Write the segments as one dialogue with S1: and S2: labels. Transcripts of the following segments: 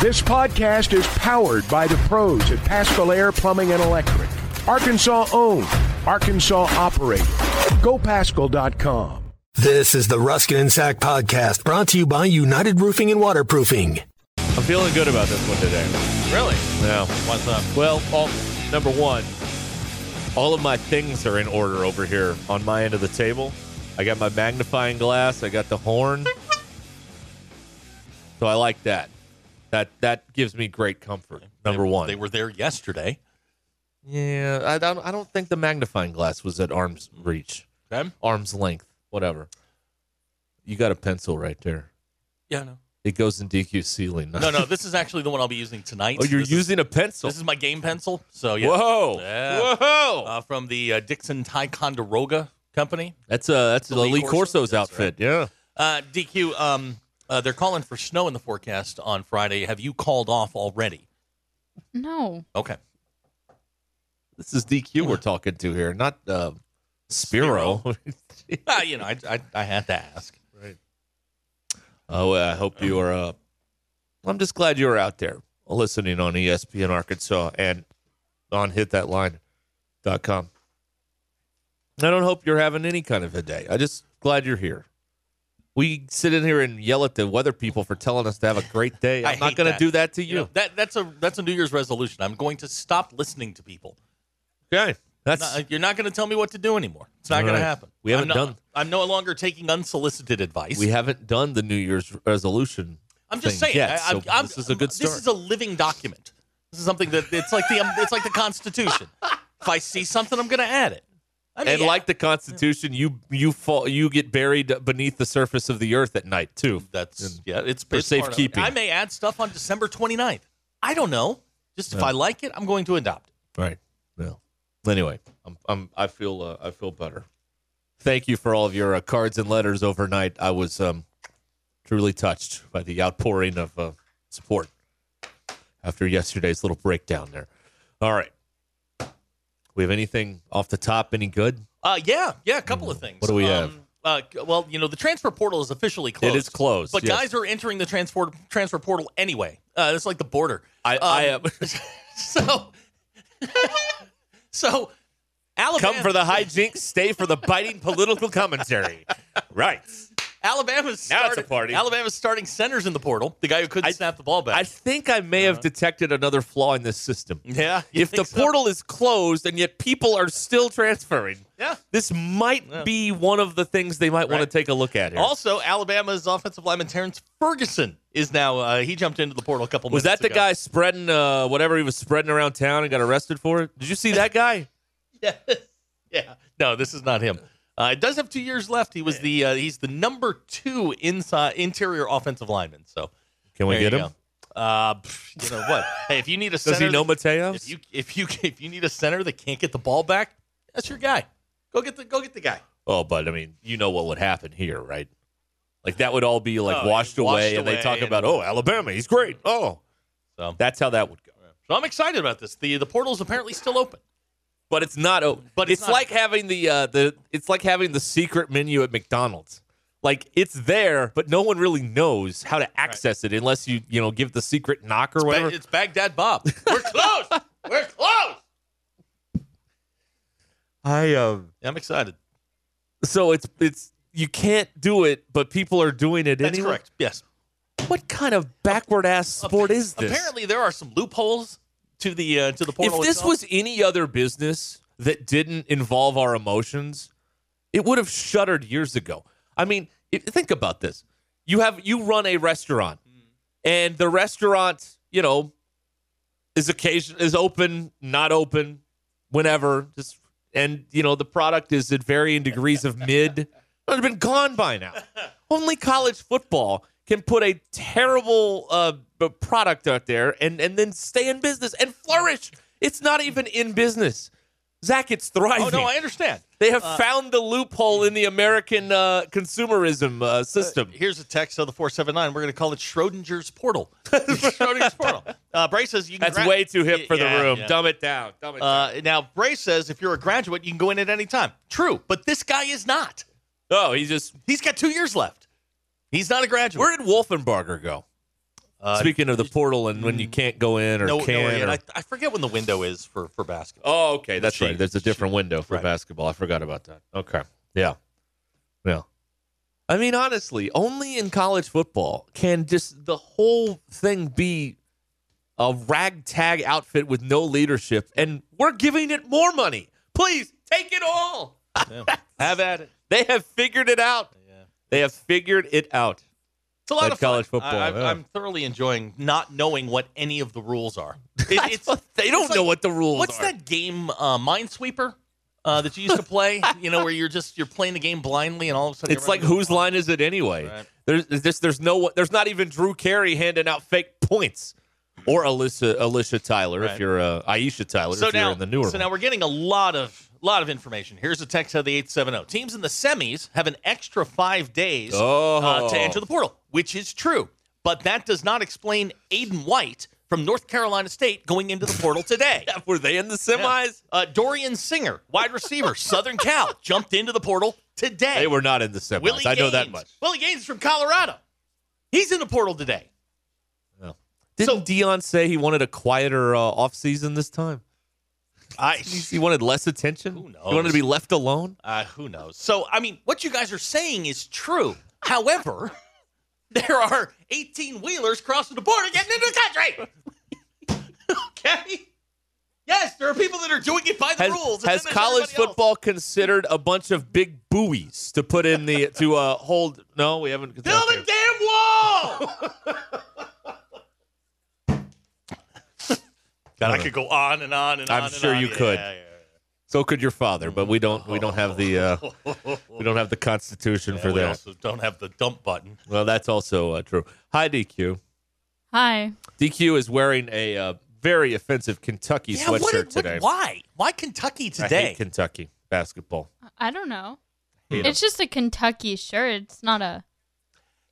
S1: This podcast is powered by the pros at Pascal Air Plumbing and Electric. Arkansas owned, Arkansas operated. GoPascal.com.
S2: This is the Ruskin and Sack podcast brought to you by United Roofing and Waterproofing.
S3: I'm feeling good about this one today.
S4: Really?
S3: Yeah.
S4: What's up?
S3: Well, all, number one, all of my things are in order over here on my end of the table. I got my magnifying glass. I got the horn. So I like that. That that gives me great comfort. Number
S4: They-
S3: one.
S4: They were there yesterday.
S3: yeah, I don't. I don't think the magnifying glass was at arm's reach,
S4: Okay.
S3: arm's length, whatever. You got a pencil right there.
S4: Yeah, no.
S3: It goes in DQ ceiling.
S4: No, no. This is actually the one I'll be using tonight.
S3: Oh, you're
S4: This is-
S3: using a pencil.
S4: this is my game pencil. So yeah.
S3: Whoa,
S4: Yeah.
S3: whoa!
S4: Uh, from the uh, Dixon Ticonderoga Company.
S3: that's uh, that's
S4: the
S3: Lee,
S4: Lee Corso?
S3: Corso's
S4: That's
S3: outfit. Yeah.
S4: Uh, DQ. Um, uh, they're calling for snow in the forecast on Friday. Have you called off already?
S5: No.
S4: Okay.
S3: This is DQ we're talking to here, not uh, Spiro.
S4: Ah, you know, I, I, I had to ask.
S3: oh, I hope you are. Uh, I'm just glad you were out there listening on E ESPN Arkansas and on hitthatline.com. I don't hope you're having any kind of a day. I just glad you're here. We sit in here and yell at the weather people for telling us to have a great day.
S4: I
S3: I'm not
S4: hate
S3: going to
S4: that.
S3: do that to
S4: You know,
S3: you.
S4: that that's a that's a New Year's resolution. I'm going to stop listening to people.
S3: okay. That's
S4: No, you're not going to tell me what to do anymore. It's not
S3: All
S4: going
S3: right.
S4: to happen.
S3: We haven't
S4: I'm no,
S3: done-
S4: I'm no longer taking unsolicited advice.
S3: we haven't done the New Year's resolution.
S4: I'm just
S3: thing
S4: saying.
S3: yet,
S4: I, I'm,
S3: so
S4: I'm,
S3: this is a good start.
S4: This is a living document. This is something that it's like the um, it's like the Constitution. if I see something, I'm going to add it. I mean,
S3: and like the Constitution, you you fall you get buried beneath the surface of the earth at night too.
S4: that's
S3: and
S4: yeah, it's
S3: for
S4: it's part of it.
S3: safekeeping.
S4: I may add stuff on December 29th. I don't know. Just if I like it, I'm going to adopt it.
S3: Right. Well, anyway, I'm, I'm I feel uh, I feel better. Thank you for all of your uh, cards and letters overnight. I was um, truly touched by the outpouring of uh, support after yesterday's little breakdown there. All right. We have anything off the top? Any good?
S4: Uh, yeah, yeah, a couple of things.
S3: Mm. What do we
S4: Uh, c- well, you know, the transfer portal is officially closed.
S3: It is closed.
S4: But
S3: yes.
S4: guys are entering the transfer transfer portal anyway. Uh, it's like the border.
S3: I, I
S4: Um,
S3: am
S4: so, so Alabama
S3: come for the hijinks, stay for the biting political commentary. Right.
S4: Alabama's
S3: Now it's a
S4: starting,
S3: party.
S4: Alabama's starting centers in the portal. The guy who couldn't
S3: I-
S4: snap the ball back.
S3: I think I may have detected another flaw in this system.
S4: yeah. Uh-huh. you
S3: If the
S4: think so?
S3: portal is closed and yet people are still transferring,
S4: Yeah.
S3: this might
S4: Yeah.
S3: be one of the things they might want
S4: Right.
S3: to take a look at here.
S4: Also, Alabama's offensive lineman Terrence Ferguson is now. Uh, he jumped into the portal a couple.
S3: was that
S4: minutes
S3: the
S4: ago.
S3: guy spreading uh, whatever he was spreading around town and got arrested for it? Did you see that guy?
S4: Yes. Yeah. No, this is not him. Uh, it does have two years left. He was the uh, he's the number two inside interior offensive lineman. So
S3: Can we
S4: there
S3: get
S4: you
S3: him?
S4: go. Uh, pff, you know what? hey, if you need a
S3: Does
S4: center,
S3: he know Mateos?
S4: if you if you if you need a center that can't get the ball back, that's your guy. Go get the go get the guy.
S3: oh, but I mean, you know what would happen here, right? Like that would all be like
S4: Oh,
S3: washed,
S4: washed
S3: away, and they
S4: away
S3: talk
S4: and-
S3: about, oh, Alabama, he's great. Oh,
S4: So-
S3: that's how that would go.
S4: So I'm excited about this. the The portal is apparently still open.
S3: but it's not open.
S4: But
S3: it's,
S4: it's not
S3: like having the uh, the it's like having the secret menu at McDonald's. Like it's there, but no one really knows how to access it unless you you know give the secret knock or whatever.
S4: Ba- It's Baghdad Bob. We're close. We're close.
S3: I uh,
S4: I'm excited.
S3: so it's it's you can't do it, but people are doing it
S4: That's
S3: anyway.
S4: correct. Yes.
S3: What kind of backward ass sport is this?
S4: Apparently, there are some loopholes to the uh, to the
S3: if
S4: portal.
S3: this
S4: itself.
S3: was any other business that didn't involve our emotions, it would have shuttered years ago. I mean, if, think about this: you have you run a restaurant, and the restaurant, you know, is occasion is open, not open, whenever, just and you know the product is at varying degrees of mid. It would have been gone by now. Only college football can put a terrible uh, b- product out there and and then stay in business and flourish. It's not even in business. Zach, it's thriving.
S4: oh no, I Uh, understand.
S3: They have found the loophole in the American uh, consumerism uh, system.
S4: Here's a text of the 479. We're going to call it Schrodinger's portal. Schrodinger's portal. Uh, Bray says you can.
S3: That's
S4: gra-
S3: way too hip for
S4: Yeah,
S3: the room.
S4: yeah.
S3: Dumb it down. Dumb it down.
S4: Uh, now, Bray says if you're a graduate, you can go in at any time. True, but this guy is not.
S3: Oh, he just.
S4: He's got two years left. He's not a graduate.
S3: Where did Wolfenbarger go?
S4: Uh, Mm.
S3: Speaking of the portal and when you can't go in or
S4: no, no,
S3: can.
S4: and
S3: or-
S4: I, I forget when the window is for for basketball.
S3: oh, okay, that's right.
S4: Chiefs,
S3: There's a different window for
S4: Right.
S3: basketball. I forgot about that. Okay, yeah, yeah. I mean, honestly, only in college football can just the whole thing be a ragtag outfit with no leadership, and we're giving it more money. Please take it all.
S4: Yeah. Have at it.
S3: They have figured it out.
S4: Yeah.
S3: They have figured it out.
S4: It's a lot
S3: At
S4: of fun.
S3: college football,
S4: I, I,
S3: yeah.
S4: I'm thoroughly enjoying not knowing what any of the rules are. It- it's,
S3: they don't
S4: it's
S3: know
S4: like-
S3: what the rules
S4: what's
S3: are.
S4: that game, uh, Minesweeper, uh, that you used to play? you know, where you're just you're playing the game blindly, and all of a sudden
S3: It's like whose line is it anyway?
S4: Right.
S3: There's there's there's no there's not even Drew Carey handing out fake points or Alyssa Alicia Tyler if
S4: Right.
S3: you're uh, Aisha Tyler
S4: so
S3: if
S4: now
S3: you're in the newer
S4: so
S3: one.
S4: now we're getting a lot of lot of information. Here's a text out of the eight seven zero. Teams in the semis have an extra five days
S3: Oh.
S4: uh, to enter the portal, which is true, but that does not explain Aiden White from North Carolina State going into the portal today.
S3: were they in the
S4: Yeah.
S3: semis?
S4: Uh, Dorian Singer, wide receiver, Southern Cal, jumped into the portal today.
S3: They were not in the semis.
S4: Willie
S3: I know that
S4: Gaines.
S3: much.
S4: Willie Gaines from Colorado. He's in the portal today.
S3: Didn't
S4: So-
S3: Dion say he wanted a quieter uh, offseason this time?
S4: I,
S3: He wanted less attention.
S4: Who
S3: He wanted to
S4: knows?
S3: be left alone.
S4: uh, who knows? So, I mean, what you guys are saying is true. However, there are 18 wheelers crossing the border getting into the country. okay. Yes, there are people that are doing it by the
S3: Has,
S4: rules. and
S3: has
S4: then there's
S3: college
S4: everybody else.
S3: football considered a bunch of big buoys to put in the to uh, hold? No, we haven't.
S4: Build a damn wall! God, I could go on and on and
S3: I'm
S4: on. and
S3: sure
S4: on.
S3: you
S4: Yeah,
S3: could.
S4: yeah, yeah.
S3: So could your father, but we don't we don't have the uh, we don't have the constitution
S4: Yeah,
S3: for
S4: we
S3: that.
S4: also don't have the dump button.
S3: Well, that's also uh, true. Hi DQ.
S5: Hi.
S3: DQ is wearing a uh, very offensive Kentucky sweatshirt today.
S4: why? Why Kentucky
S3: I
S4: today?
S3: hate Kentucky basketball.
S5: I don't know.
S3: Hate 'em.
S5: It's just a Kentucky shirt. It's not a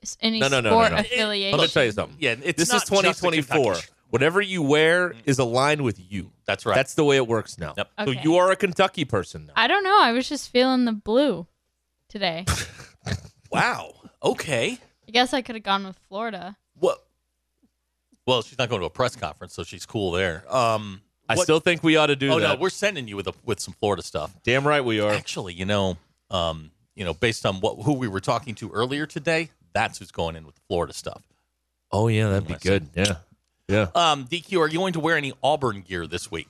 S5: it's any
S3: No, no, no, no,
S5: sport
S3: no. It-
S5: affiliation.
S3: Let me tell you something.
S4: Yeah, it's
S3: this
S4: not
S3: is
S4: just the
S3: 2024.
S4: Kentucky shirt. Mm.
S3: Whatever you wear is aligned with you.
S4: That's right.
S3: That's the way it works now.
S4: Yep.
S3: So
S5: Okay.
S3: you are a Kentucky person now.
S5: I don't know. I was just feeling the blue today.
S4: wow. Okay.
S5: I guess I could have gone with Florida.
S4: What? Well, she's not going to a press conference, so she's cool there. Um,
S3: I
S4: what-
S3: still think we ought to do
S4: Oh
S3: that.
S4: no, we're sending you with a, with some Florida stuff.
S3: Damn right we are.
S4: Actually, you know, um, you know, based on what who we were talking to earlier today, that's who's going in with the Florida stuff.
S3: Oh yeah, that'd be good. Yeah. Yeah.
S4: Um, DQ, are you going to wear any Auburn gear this week?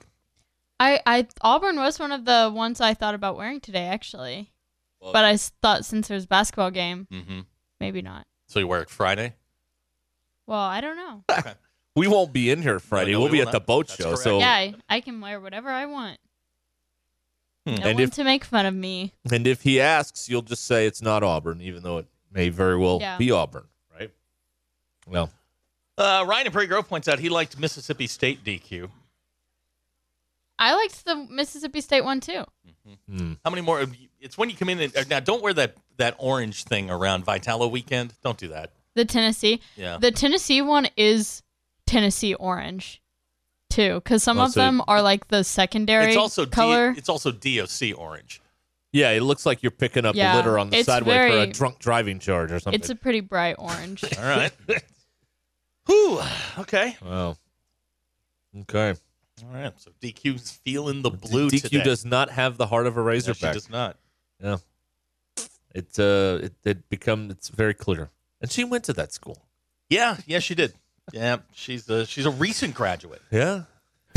S5: I, I Auburn was one of the ones I thought about wearing today actually. but I s- thought since there's a basketball game,
S4: Mm-hmm.
S5: maybe not.
S4: So you wear it Friday.
S5: Well, I don't know.
S3: We won't be in here Friday.
S4: no,
S3: we'll
S4: we
S3: be
S4: will
S3: at the
S4: not.
S3: boat
S4: That's
S3: show.
S4: correct.
S3: So
S5: yeah, I, I can wear whatever I want. No
S3: Hmm. And
S5: one
S3: if-
S5: to make fun of me.
S3: And if he asks, you'll just say it's not Auburn, even though it may very well
S5: Yeah.
S3: be Auburn, right? Well,
S4: Uh, Ryan in Prairie Grove points out he liked Mississippi State DQ.
S5: I liked the Mississippi State one too.
S4: How many more? It's when you come in. And, now, don't wear that that orange thing around Vitalo weekend. Don't do that.
S5: The Tennessee.
S4: Yeah.
S5: The Tennessee one is Tennessee orange, too, because some
S3: Oh,
S5: of
S3: so-
S5: them are like the secondary
S4: it's also D-
S5: color.
S4: it's also DOC orange.
S3: yeah, it looks like you're picking up
S5: Yeah,
S3: a litter on the
S5: it's
S3: sideway for a
S5: very-
S3: drunk driving charge or something.
S5: it's a pretty bright orange.
S4: All right. Whew. Okay.
S3: wow. Okay.
S4: All right. So DQ's feeling the blue
S3: DQ
S4: today.
S3: does not have the heart of a
S4: No, she
S3: razorback.
S4: does not.
S3: yeah. It uh, it it become it's very clear, and she went to that school.
S4: Yeah. Yeah. She did. Yeah. She's a she's a recent graduate.
S3: Yeah.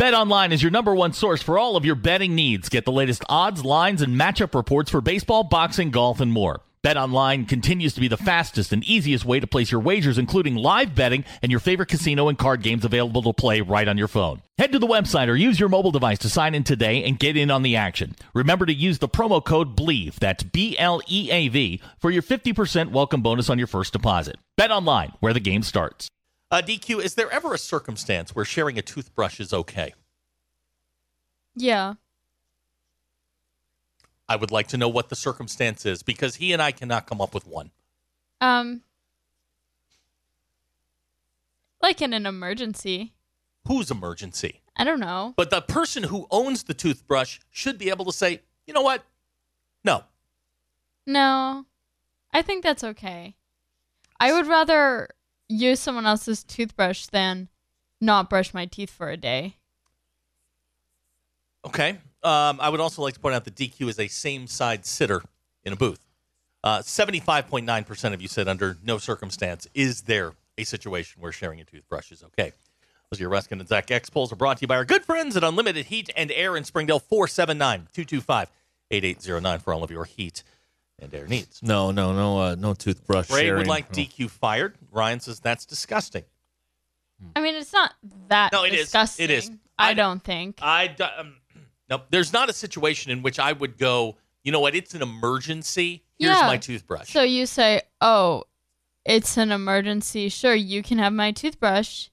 S6: BetOnline is your number one source for all of your betting needs. Get the latest odds, lines, and matchup reports for baseball, boxing, golf, and more. BetOnline continues to be the fastest and easiest way to place your wagers, including live betting and your favorite casino and card games available to play right on your phone. Head to the website or use your mobile device to sign in today and get in on the action. Remember to use the promo code BLEAV, that's B L E A V, for your 50% welcome bonus on your first deposit. BetOnline, where the game starts.
S4: Uh, DQ, is there ever a circumstance where sharing a toothbrush is okay?
S5: Yeah.
S4: I would like to know what the circumstance is because he and I cannot come up with one.
S5: Um. Like in an emergency.
S4: Whose emergency?
S5: I don't know.
S4: But the person who owns the toothbrush should be able to say, you know what? No.
S5: No. I think that's okay. I would rather use someone else's toothbrush than not brush my teeth for a day.
S4: Okay. Um, I would also like to point out that DQ is a same side sitter in a booth. Uh, 75.9% of you said under no circumstance is there a situation where sharing a toothbrush is okay. Those are your Ruskin and Zach X polls are brought to you by our good friends at Unlimited Heat and Air in Springdale, 479 225 8809 for all of your heat and air needs.
S3: No, no, no, uh, no toothbrush.
S4: Ray
S3: sharing.
S4: would like DQ fired. Ryan says that's disgusting.
S5: I mean, it's not that
S4: No, it is.
S5: disgusting.
S4: It is.
S5: I,
S4: I-
S5: don't think.
S4: I d- um, nope. There's not a situation in which I would go. You know what? It's an emergency. Here's
S5: Yeah.
S4: my toothbrush.
S5: So you say, "Oh, it's an emergency. Sure, you can have my toothbrush."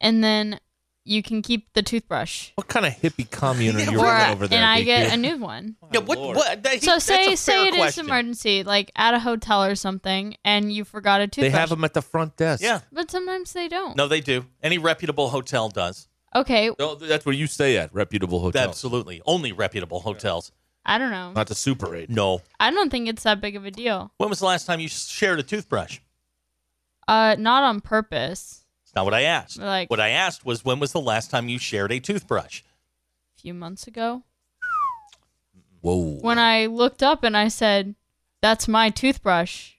S5: And then you can keep the toothbrush.
S3: What kind of hippie commune are you
S5: Or-
S3: running over there?
S5: and I
S3: DQ?
S5: get a new one.
S4: yeah, what? what that,
S5: So
S4: that's a
S5: say
S4: fair
S5: say it is
S4: question.
S5: emergency, like at a hotel or something, and you forgot a
S3: They
S5: toothbrush.
S3: have them at the front desk.
S4: Yeah.
S5: but sometimes they don't.
S4: No, they do. Any reputable hotel does.
S5: Okay,
S3: No, that's where you stay at reputable hotels.
S4: Absolutely. Only reputable hotels.
S5: I don't know.
S3: Not the Super Eight.
S4: No.
S5: I don't think it's that big of a deal.
S4: When was the last time you shared a toothbrush?
S5: Uh, not on purpose.
S4: It's not what I asked.
S5: Like-
S4: what I asked was when was the last time you shared a toothbrush?
S5: A few months ago,
S3: Whoa.
S5: when I looked up and I said, "That's my toothbrush,"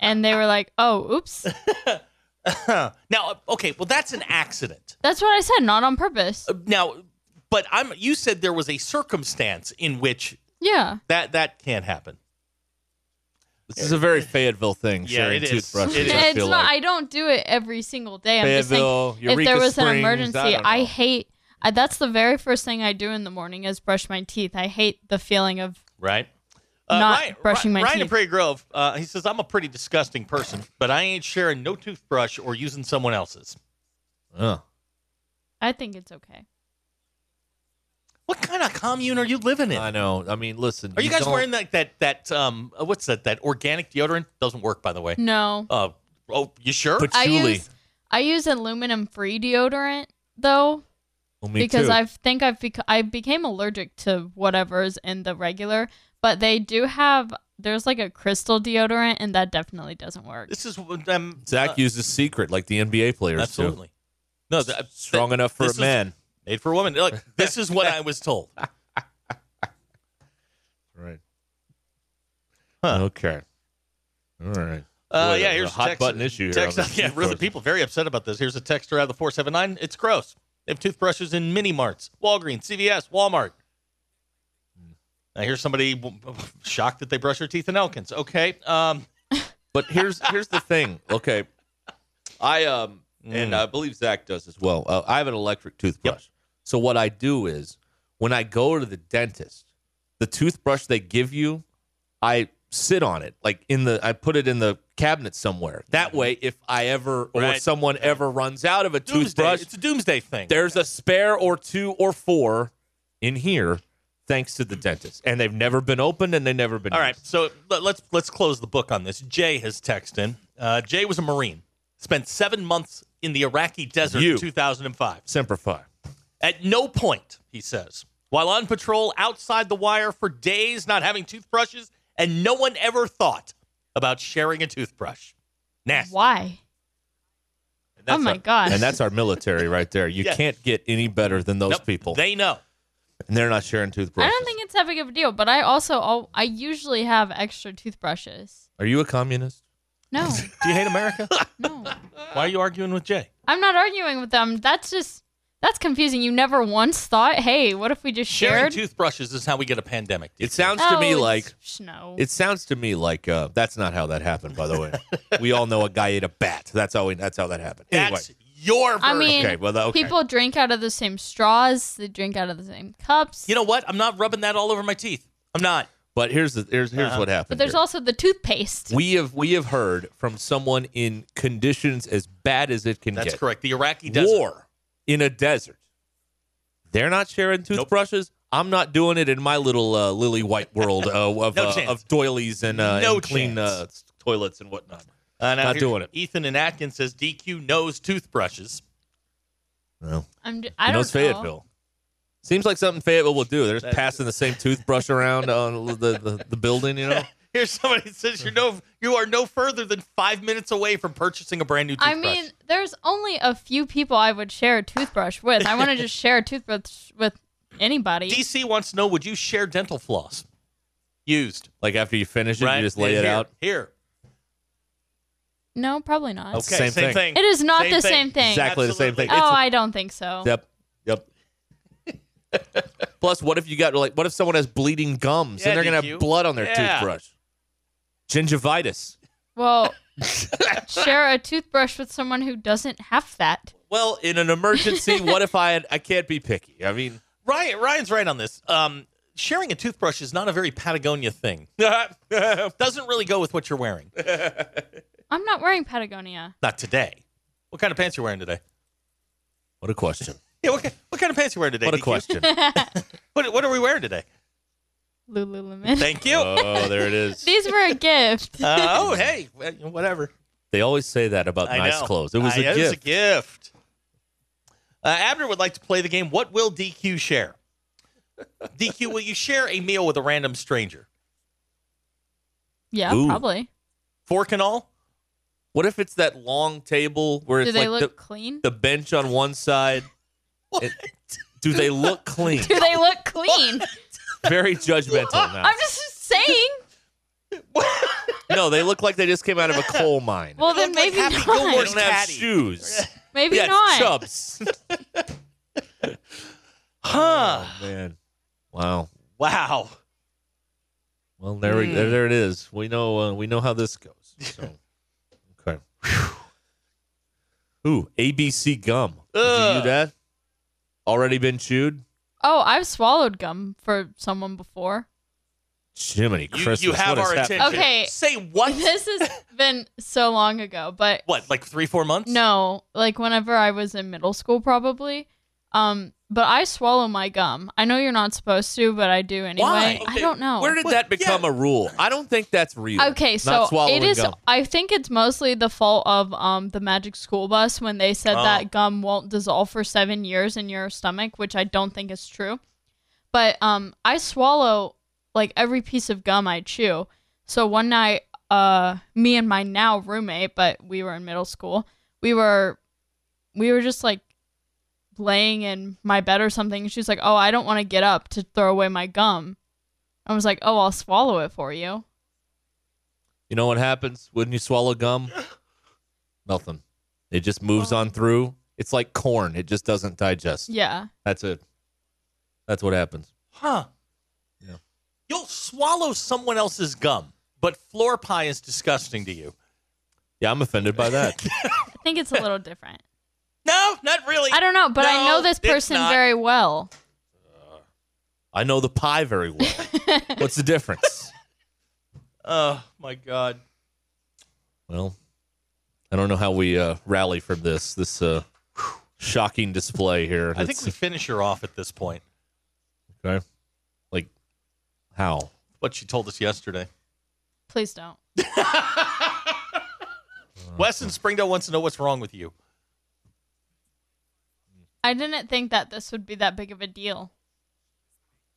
S5: and they were like, "Oh, oops."
S4: Now, uh, okay, well that's an accident.
S5: That's what I said. Not on purpose.
S3: Uh,
S4: Now, but I'm. You said there was a circumstance in which
S5: Yeah.
S4: that that can't happen.
S3: this is a very Fayetteville thing.
S4: Yeah,
S3: sharing
S4: it is.
S3: toothbrushes.
S4: It is.
S3: I
S5: it's
S3: feel
S5: not.
S3: like.
S5: I don't do it every single day. I'm just
S3: Fayetteville,
S5: saying, if
S3: Eureka
S5: there was an
S3: Springs,
S5: emergency,
S3: I don't
S5: I,
S3: know.
S5: hate. I, that's the very first thing I do in the morning is brush my teeth. I hate the feeling of.
S4: right? Uh,
S5: Not
S4: Ryan,
S5: brushing my
S4: Ryan in
S5: teeth.
S4: Prairie Grove, uh, he says, I'm a pretty disgusting person, but I ain't sharing no toothbrush or using someone else's.
S3: Ugh.
S5: I think it's okay.
S4: What kind of commune are you living in?
S3: I know. I mean, listen.
S4: are you, guys
S3: don't-
S4: wearing like that, that, um, uh, what's that, that organic deodorant? Doesn't work, by the way.
S5: No,
S4: Uh, oh, you sure?
S3: But-
S5: I
S3: Patchouli.
S5: use I use aluminum free deodorant though
S3: Well, me
S5: because
S3: too.
S5: I think I've bec- I became allergic to whatever's in the regular, but they do have there's like a crystal deodorant and that definitely doesn't work.
S4: this is, um,
S3: Zach
S4: uh,
S3: uses secret like the NBA players
S4: absolutely. No,
S3: do.
S4: th- th-
S3: Strong enough for
S4: this
S3: a
S4: is-
S3: man.
S4: made for a woman. Look, this is what I was told.
S3: Right.
S4: Huh.
S3: Okay. All right.
S4: Uh,
S3: Boy,
S4: yeah,
S3: the-
S4: here's
S3: the hot
S4: text-
S3: button issue here
S4: Text,
S3: on the
S4: yeah, really,
S3: toothbrushes.
S4: people very upset about this. Here's a texter out of the 479. It's gross. They have toothbrushes in mini marts, Walgreens, CVS, Walmart. Now here's somebody w- w- shocked that they brush their teeth in Elkins. Okay, um,
S3: But here's here's the thing. Okay, I um
S4: Mm. uh,
S3: and I believe Zach does as well. Uh, I have an electric toothbrush. So what I do is when I go to the dentist, the toothbrush they give you, I sit on it like in the I put it in the cabinet somewhere. That way, if I ever or
S4: Mm-hmm. Right.
S3: someone ever runs out of a
S4: doomsday.
S3: toothbrush,
S4: It's a doomsday thing.
S3: there's a spare or two or four in here, thanks to the dentist, and they've never been opened and they've never been.
S4: All right,
S3: used.
S4: so let- let's let's close the book on this. Jay has texted in. Uh, Jay was a Marine. Spent seven months in the Iraqi desert
S3: You.
S4: in 2005.
S3: Semper Fi.
S4: At no point, he says, while on patrol outside the wire for days, not having toothbrushes, and no one ever thought about sharing a toothbrush. Nasty.
S5: Why?
S4: And
S5: Oh
S4: that's
S5: my
S4: a-
S5: gosh.
S3: And that's our military right there. You
S4: Yeah.
S3: can't get any better than those
S4: Nope,
S3: people.
S4: They know.
S3: and they're not sharing
S5: I
S3: toothbrushes.
S5: don't think it's that big of a deal, but I also al- I usually have extra toothbrushes.
S3: Are you a communist?
S5: No,
S4: Do you hate America?
S5: no,
S4: Why are you arguing with Jay?
S5: I'm not arguing with them. That's just That's confusing. You never once thought, hey, what if we just
S4: Sharing
S5: shared?
S4: toothbrushes is how we get a pandemic.
S3: It sounds
S5: oh,
S3: to me
S5: it's
S3: like
S5: snow.
S3: It sounds to me like uh, that's not how that happened. By the way, we all know a guy ate a bat. That's how we, that's how that happened. Anyway,
S4: That's your
S5: I
S4: version.
S5: mean,
S3: okay, well, tha- okay.
S5: people drink out of the same straws. They drink out of the same cups.
S4: you know what? I'm not rubbing that all over my teeth. I'm not.
S3: but here's the here's here's
S4: Uh-huh.
S3: what happened.
S5: but there's
S3: here.
S5: also the toothpaste.
S3: we have we have heard from someone in conditions as bad as it can
S4: That's
S3: get.
S4: correct. The Iraqi desert.
S3: War in a desert. They're not sharing toothbrushes. I'm not doing it in my little uh, lily white world uh, of
S4: No
S3: uh,
S4: chance.
S3: of doilies and, uh,
S4: No
S3: and clean
S4: chance.
S3: uh, toilets and whatnot.
S4: Uh, now
S3: Not
S4: here's-
S3: doing it.
S4: Ethan and Atkins says DQ knows toothbrushes.
S3: Well,
S5: I'm j- I
S3: He
S5: don't
S3: knows
S5: know.
S3: Fayetteville. Seems like something Fayetteville will do. They're just passing the same toothbrush around on the, the, the building, you know?
S4: Here's somebody that says you're no, you are no further than five minutes away from purchasing a brand new toothbrush.
S5: I mean, there's only a few people I would share a toothbrush with. I want to just share a toothbrush with anybody.
S4: DC wants to know: Would you share dental floss used?
S3: Like after you finish it, you just lay
S4: And
S3: it
S4: here,
S3: out.
S4: Here,
S5: no, probably not.
S4: okay,
S3: same
S4: same,
S3: thing.
S4: thing.
S5: It is not
S4: Same
S5: the
S4: thing.
S5: same thing.
S3: Exactly the same
S4: Absolutely.
S3: thing.
S5: Oh,
S3: It's-
S5: I don't think so.
S3: yep. Yep. Plus, what if you got like, what if someone has bleeding gums
S4: Yeah,
S3: and they're going to
S4: DQ.
S3: have blood on their
S4: Yeah.
S3: toothbrush? Gingivitis.
S5: Well, share a toothbrush with someone who doesn't have that.
S3: Well, in an emergency, what if I had, I can't be picky? I mean,
S4: Uh, Ryan, Ryan's right on this. Um, sharing a toothbrush is not a very Patagonia thing. Doesn't really go with what you're wearing.
S5: I'm not wearing Patagonia.
S4: Not today. What kind of pants you wearing today?
S3: what a question.
S4: Yeah, what, ki- what kind of pants you wearing today?
S3: What a
S4: DQ?
S3: question.
S4: What, what are we wearing today?
S5: Lululemon.
S4: Thank you.
S3: oh, there it is.
S5: These were a gift.
S4: Uh, oh, hey, well, you know, whatever.
S3: They always say that about
S4: I
S3: nice
S4: know.
S3: clothes. It was
S4: I-
S3: a
S4: it was a
S3: gift.
S4: gift. Uh, Abner would like to play the game. What will DQ share? DQ, will you share a meal with a random stranger?
S5: Yeah,
S3: Ooh.
S5: probably.
S4: Fork and all?
S3: What if it's that long table where
S5: Do
S3: it's
S5: they
S3: like
S5: look
S3: the,
S5: clean?
S3: the bench on one side.
S4: What?
S3: do they look clean?
S5: Do they look clean?
S3: Very judgmental now.
S5: I'm just saying.
S3: No, they look like they just came out of a coal mine.
S5: Well, then
S4: look like
S5: maybe
S4: Happy
S5: not.
S3: they
S4: Gilmore's
S3: don't have
S4: Caddy.
S3: shoes.
S5: Maybe
S3: yeah,
S5: not.
S3: chubs.
S4: Huh.
S3: Oh, Man, wow.
S4: Oh, Wow.
S3: Well, there, we, there, there it is. We know, uh, we know how this goes. So, okay. Ooh, ABC gum. Did you
S4: Ugh.
S3: do that? Already been chewed?
S5: Oh, I've swallowed gum for someone before.
S3: Jiminy
S4: You,
S3: Christmas!
S4: you
S3: what
S4: have
S3: has
S4: our
S3: happened?
S4: attention.
S5: Okay.
S4: Say what?
S5: This has been so long ago, but
S4: What, like three, four months?
S5: no, like whenever I was in middle school, probably. Um, but I swallow my gum. I know you're not supposed to, but I do anyway.
S3: Why?
S5: I don't know.
S3: Where did
S4: What?
S3: that become
S4: Yeah.
S3: a rule? I don't think that's real.
S5: Okay, so
S3: Not swallowing
S5: it is.
S3: gum.
S5: I think it's mostly the fault of um the Magic School Bus when they said
S4: Oh.
S5: that gum won't dissolve for seven years in your stomach, which I don't think is true. But um, I swallow like every piece of gum I chew. So one night, uh, me and my now roommate, but we were in middle school, we were, we were just like laying in my bed or something. She was like, "Oh, I don't want to get up to throw away my gum." I was like, "Oh, I'll swallow it for you."
S3: You know what happens when you swallow gum? Nothing. It just moves on through. It's like corn. It just doesn't digest.
S5: Yeah.
S3: That's it. That's what happens.
S4: Huh.
S3: Yeah.
S4: You'll swallow someone else's gum, but floor pie is disgusting to you.
S3: Yeah, I'm offended by that.
S5: I think it's a little different.
S4: No, not really.
S5: I don't know, but I
S4: No,
S5: know this
S4: it's
S5: person
S4: not.
S5: very well.
S3: I know the pie very well. What's the difference?
S4: Oh, my God.
S3: Well, I don't know how we uh, rally from this this uh, shocking display here.
S4: I think we
S3: It's-
S4: finish her off at this point.
S3: okay. Like how?
S4: What she told us yesterday.
S5: Please don't.
S4: Wes in Springdale wants to know what's wrong with you.
S5: I didn't think that this would be that big of a deal.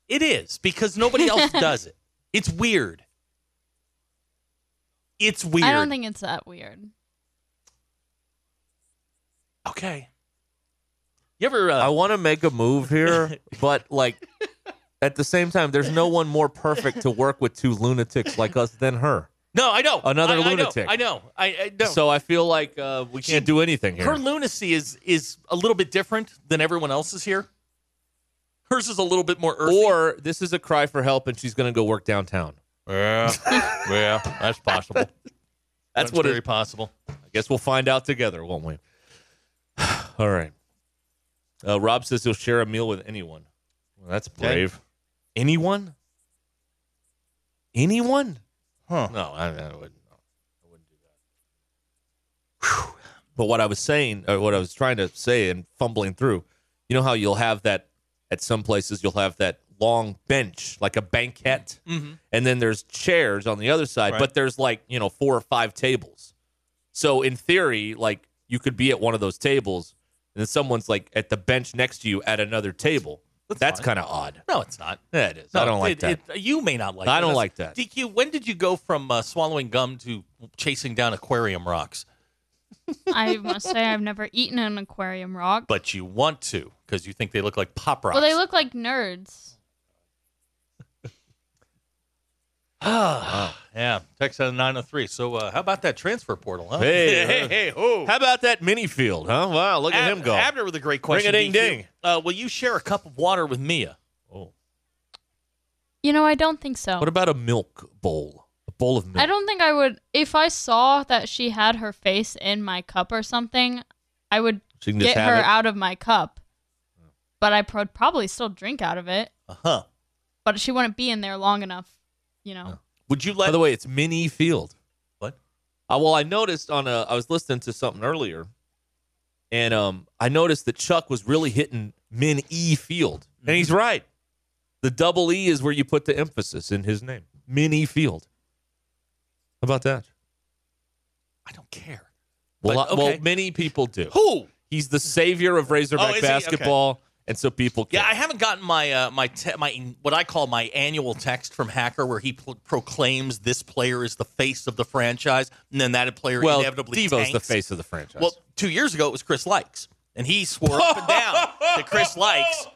S4: It is because nobody else does it. It's weird. It's weird.
S5: I don't think it's that weird.
S4: Okay. You ever? Uh,
S3: I want to make a move here, but like at the same time, there's no one more perfect to work with two lunatics like us than her.
S4: No, I know.
S3: Another
S4: I- I know,
S3: lunatic.
S4: I know. I, I know.
S3: So I feel like uh, we
S4: She-
S3: can't do anything here.
S4: her lunacy is is a little bit different than everyone else's here. Hers is a little bit more earthy.
S3: or this is a cry for help, and she's going to go work downtown.
S6: Yeah, yeah, that's possible.
S3: That's, what
S6: very
S3: it,
S6: possible.
S3: I guess we'll find out together, won't we? All right. Uh, Rob says he'll share a meal with anyone. Well, that's brave. Anyone? Anyone?
S6: Huh.
S3: No, I, I wouldn't. I wouldn't do that. But what I was saying, or what I was trying to say, and fumbling through, you know how you'll have that at some places you'll have that long bench like a banquette, and then there's chairs on the other side,
S4: Mm-hmm. Right.
S3: but there's like you know four or five tables. So in theory, like you could be at one of those tables, and then someone's like at the bench next to you at another table. That's, kind of odd.
S4: no, it's not.
S3: Yeah, it is. I don't like
S4: it-
S3: that.
S4: it- you may not like.
S3: I
S4: it.
S3: don't
S4: That's-
S3: like that.
S4: DQ, when did you go from uh, swallowing gum to chasing down aquarium rocks?
S5: I must say I've never eaten an aquarium rock.
S4: But you want to because you think they look like pop rocks.
S5: well, they look like nerds.
S4: Yeah, text out of 903. So uh, how about that transfer portal, huh?
S3: Hey,
S4: hey,
S3: uh,
S4: hey, oh.
S3: How about that mini field, huh? Oh, Wow, look at him go.
S4: Abner with a great question.
S3: Ring-a-ding
S4: DQ.
S3: ding.
S4: Uh, will you share a cup of water with Mia? Oh.
S5: You know, I don't think so.
S3: what about a milk bowl? A bowl of milk.
S5: I don't think I would. If I saw that she had her face in my cup or something, I would
S3: She can just
S5: get
S3: have
S5: her
S3: it.
S5: out of my cup. But I would probably still drink out of it.
S4: Uh huh.
S5: But she wouldn't be in there long enough, you know.
S4: Would you let?
S3: By the way, it's mini field.
S4: What?
S3: Uh, well, I noticed on a I was listening to something earlier, and um, I noticed that Chuck was really hitting min e field, and
S4: Mm-hmm.
S3: he's right. The double e is where you put the emphasis in his name, min e field. How about that?
S4: I don't care.
S3: Well,
S4: But,
S3: I- well,
S4: okay.
S3: many people do.
S4: Who?
S3: He's the savior of
S4: Oh,
S3: Razorback
S4: is he? Okay.
S3: basketball, and so people. Care.
S4: Yeah, I haven't gotten my uh, my te- my what I call my annual text from Hacker, where he pl- proclaims this player is the face of the franchise, and then that player
S3: well,
S4: inevitably
S3: Devo's
S4: tanks.
S3: the face of the franchise.
S4: Well, two years ago it was Chris Likes, and he swore up and down that Chris Likes.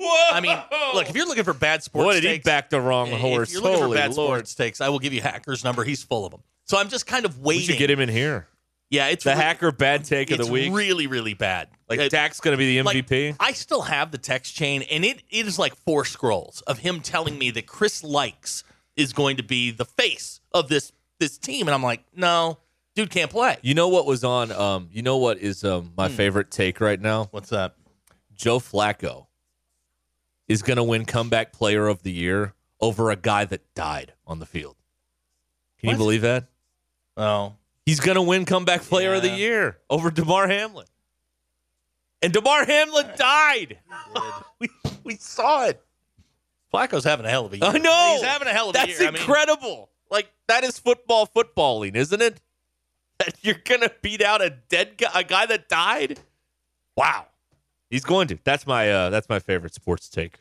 S4: I mean, look, if you're looking for bad sports,
S3: what did he
S4: takes-
S3: back the wrong
S4: if
S3: horse?
S4: you're looking
S3: Holy
S4: for bad
S3: Lord!
S4: sports takes, I will give you Hacker's number. He's full of them. So I'm just kind of
S3: We
S4: waiting.
S3: should get him in here.
S4: Yeah, it's
S3: The
S4: really-
S3: hacker bad take of
S4: It's
S3: the week.
S4: really, really bad.
S3: Like
S4: Uh,
S3: Dak's going to be the
S4: like,
S3: MVP.
S4: I still have the text chain, and it, it is like four scrolls of him telling me that Chris Likes is going to be the face of this this team, and I'm like, no, dude can't play.
S3: you know what was on? Um, you know what is um,
S4: Hmm.
S3: my favorite take right now?
S4: What's that?
S3: Joe Flacco is going to win comeback player of the year over a guy that died on the field. Can you
S4: What?
S3: believe that?
S4: Oh,
S3: He's going to win comeback player of the
S4: Yeah.
S3: year over DeMar Hamlin. And DeMar Hamlin died. we, we saw it.
S4: Flacco's having a hell of a year.
S3: I know.
S4: he's having a hell of a
S3: That's
S4: year. I mean,
S3: incredible. like that is football footballing, isn't it? That you're gonna beat out a dead guy, a guy that died. Wow, he's going to. That's my uh, that's my favorite sports take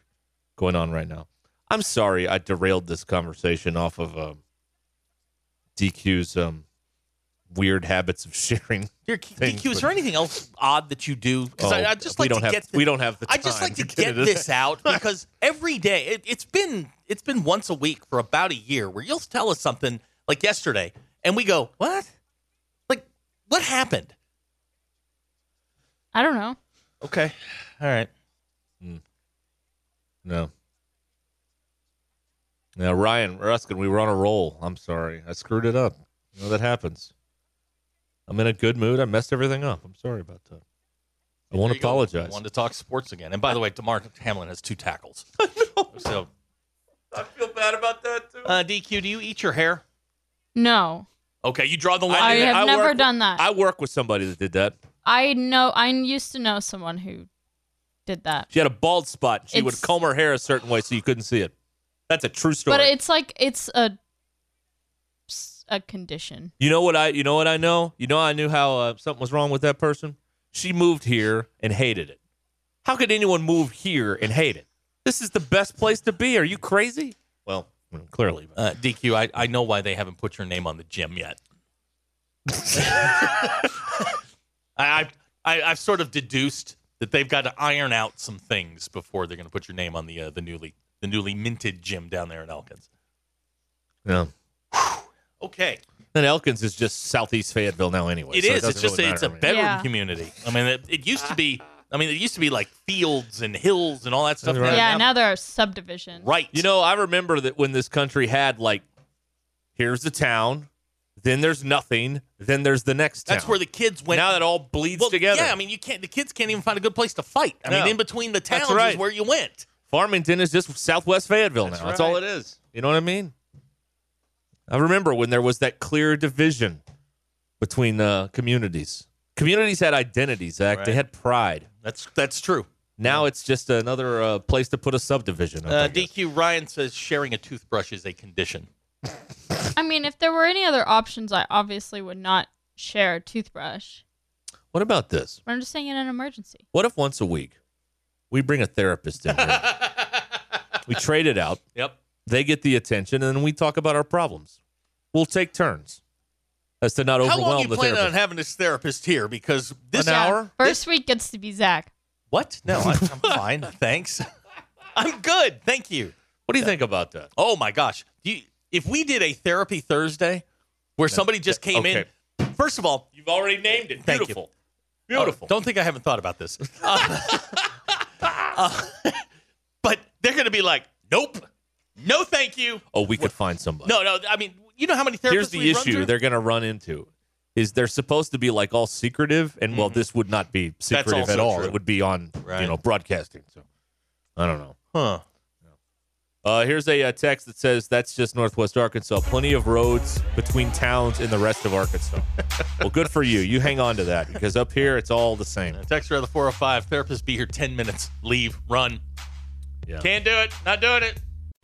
S3: going on right now. I'm sorry I derailed this conversation off of um, DQ's um, weird habits of sharing.
S4: Here, K-
S3: things,
S4: DQ, is
S3: but-
S4: there anything else odd that you do? 'Cause I,
S3: Oh,
S4: I just
S3: we
S4: like
S3: don't
S4: to
S3: have
S4: get
S3: we don't have the.
S4: I
S3: Time
S4: just like to
S3: get
S4: get
S3: into
S4: this out because every day it, it's been it's been once a week for about a year where you'll tell us something like yesterday and we go what like what happened
S5: I don't know.
S4: okay all right
S3: No. Now, Ryan Ruskin, we were on a roll. I'm sorry. I screwed it up. You know, that happens. I'm in a good mood. I messed everything up. I'm sorry about that. I won't apologize.
S4: wanted to talk sports again and by the way Demar Hamlin has two tackles so
S3: I feel bad about that, too.
S4: uh, DQ do you eat your hair
S5: No,
S4: okay you draw the line
S5: I,
S3: I-
S5: have
S3: I
S5: never
S3: work-
S5: done that. I,
S3: I work with somebody that did that.
S5: know. I used to know someone who did that,
S3: She had a bald spot. She would
S5: It's-
S3: comb her hair a certain way so you couldn't see it. That's a true story.
S5: but it's like it's a a condition.
S3: You know what I? You know what I know? You know I knew how uh, something was wrong with that person. She moved here and hated it. How could anyone move here and hate it? This is the best place to be. Are you crazy? Well, mm, clearly. but-
S4: uh, DQ I, I know why they haven't put your name on the gym yet I, I've- I, I've sort of deduced that they've got to iron out some things before they're going to put your name on the uh, the newly the newly minted gym down there in Elkins.
S3: No.
S4: Okay.
S3: Then Elkins is just southeast Fayetteville now, anyway.
S4: It
S3: so
S4: is.
S3: doesn't
S4: it's just
S3: really
S4: a, it's a
S3: matter.
S4: bedroom
S5: Yeah.
S4: community. I mean, it, it used to be. I mean, it used to be like fields and hills and all that stuff.
S3: Right
S5: yeah, now there are subdivisions.
S4: right.
S3: You know, I remember that when this country had like, here's the town, then there's nothing, then there's the next town.
S4: that's where the kids went.
S3: now that all bleeds
S4: well,
S3: together.
S4: Yeah, I mean, you can't. The kids can't even find a good place to fight. I
S3: No.
S4: mean, in between the
S3: That's
S4: towns
S3: right.
S4: is where you went.
S3: Farmington is just Southwest Fayetteville now. That's all it is. You know what I mean? I remember when there was that clear division between uh, communities. Communities had identities, Zach. They
S4: Right.
S3: had pride.
S4: That's that's true.
S3: Now it's just another uh, place to put a subdivision. up,
S4: Uh,
S3: I guess.
S4: DQ Ryan says sharing a toothbrush is a condition.
S5: I mean, if there were any other options, I obviously would not share a toothbrush.
S3: what about this?
S5: But I'm just saying in an emergency.
S3: What if once a week we bring a therapist in here? we trade it out.
S4: Yep.
S3: They get the attention, and then we talk about our problems. We'll take turns as to not
S4: How
S3: overwhelm
S4: long you
S3: the
S4: planning
S3: therapist.
S4: on having this therapist here? Because this
S3: An
S5: Yeah.
S3: hour?
S5: First week gets to be Zach.
S4: What? No, I, I'm fine. Thanks. I'm good. Thank you.
S3: what do you think about that?
S4: Oh my gosh. Do you, if we did a therapy Thursday where somebody just came
S3: okay.
S4: in, first of all,
S3: You've already named it.
S4: Thank you.
S3: Beautiful.
S4: Oh,
S3: Beautiful.
S4: don't think I haven't thought about this. Uh, uh, but they're going to be like, nope, no, thank you.
S3: oh, we could find somebody.
S4: No, no. I mean, you know how many therapists
S3: Here's the
S4: we've run
S3: issue
S4: through?
S3: they're going to run into is they're supposed to be like all secretive and
S7: Mm-hmm.
S3: well this would not be secretive at
S4: also
S3: all.
S4: true.
S3: It would be on, you
S4: Right.
S3: know, broadcasting. So I don't know.
S4: Huh.
S3: Uh, here's a uh, text that says that's just Northwest Arkansas. Plenty of roads between towns in the rest of Arkansas. well, good for you. You hang on to that because up here it's all the same.
S4: A text out of the 405. Therapists be here 10 minutes. Leave. Run.
S3: Yeah.
S4: Can't do it. Not doing it.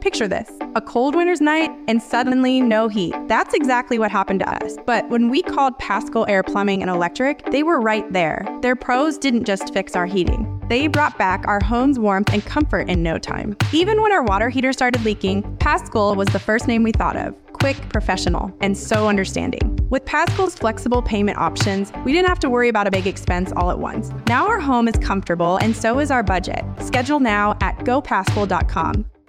S8: Picture this a cold winter's night and suddenly no heat. That's exactly what happened to us. But when we called Pascal Air Plumbing and Electric, they were right there. Their pros didn't just fix our heating, they brought back our home's warmth and comfort in no time. Even when our water heater started leaking, Pascal was the first name we thought of quick, professional, and so understanding. With Pascal's flexible payment options, we didn't have to worry about a big expense all at once. Now our home is comfortable and so is our budget. Schedule now at gopascal.com.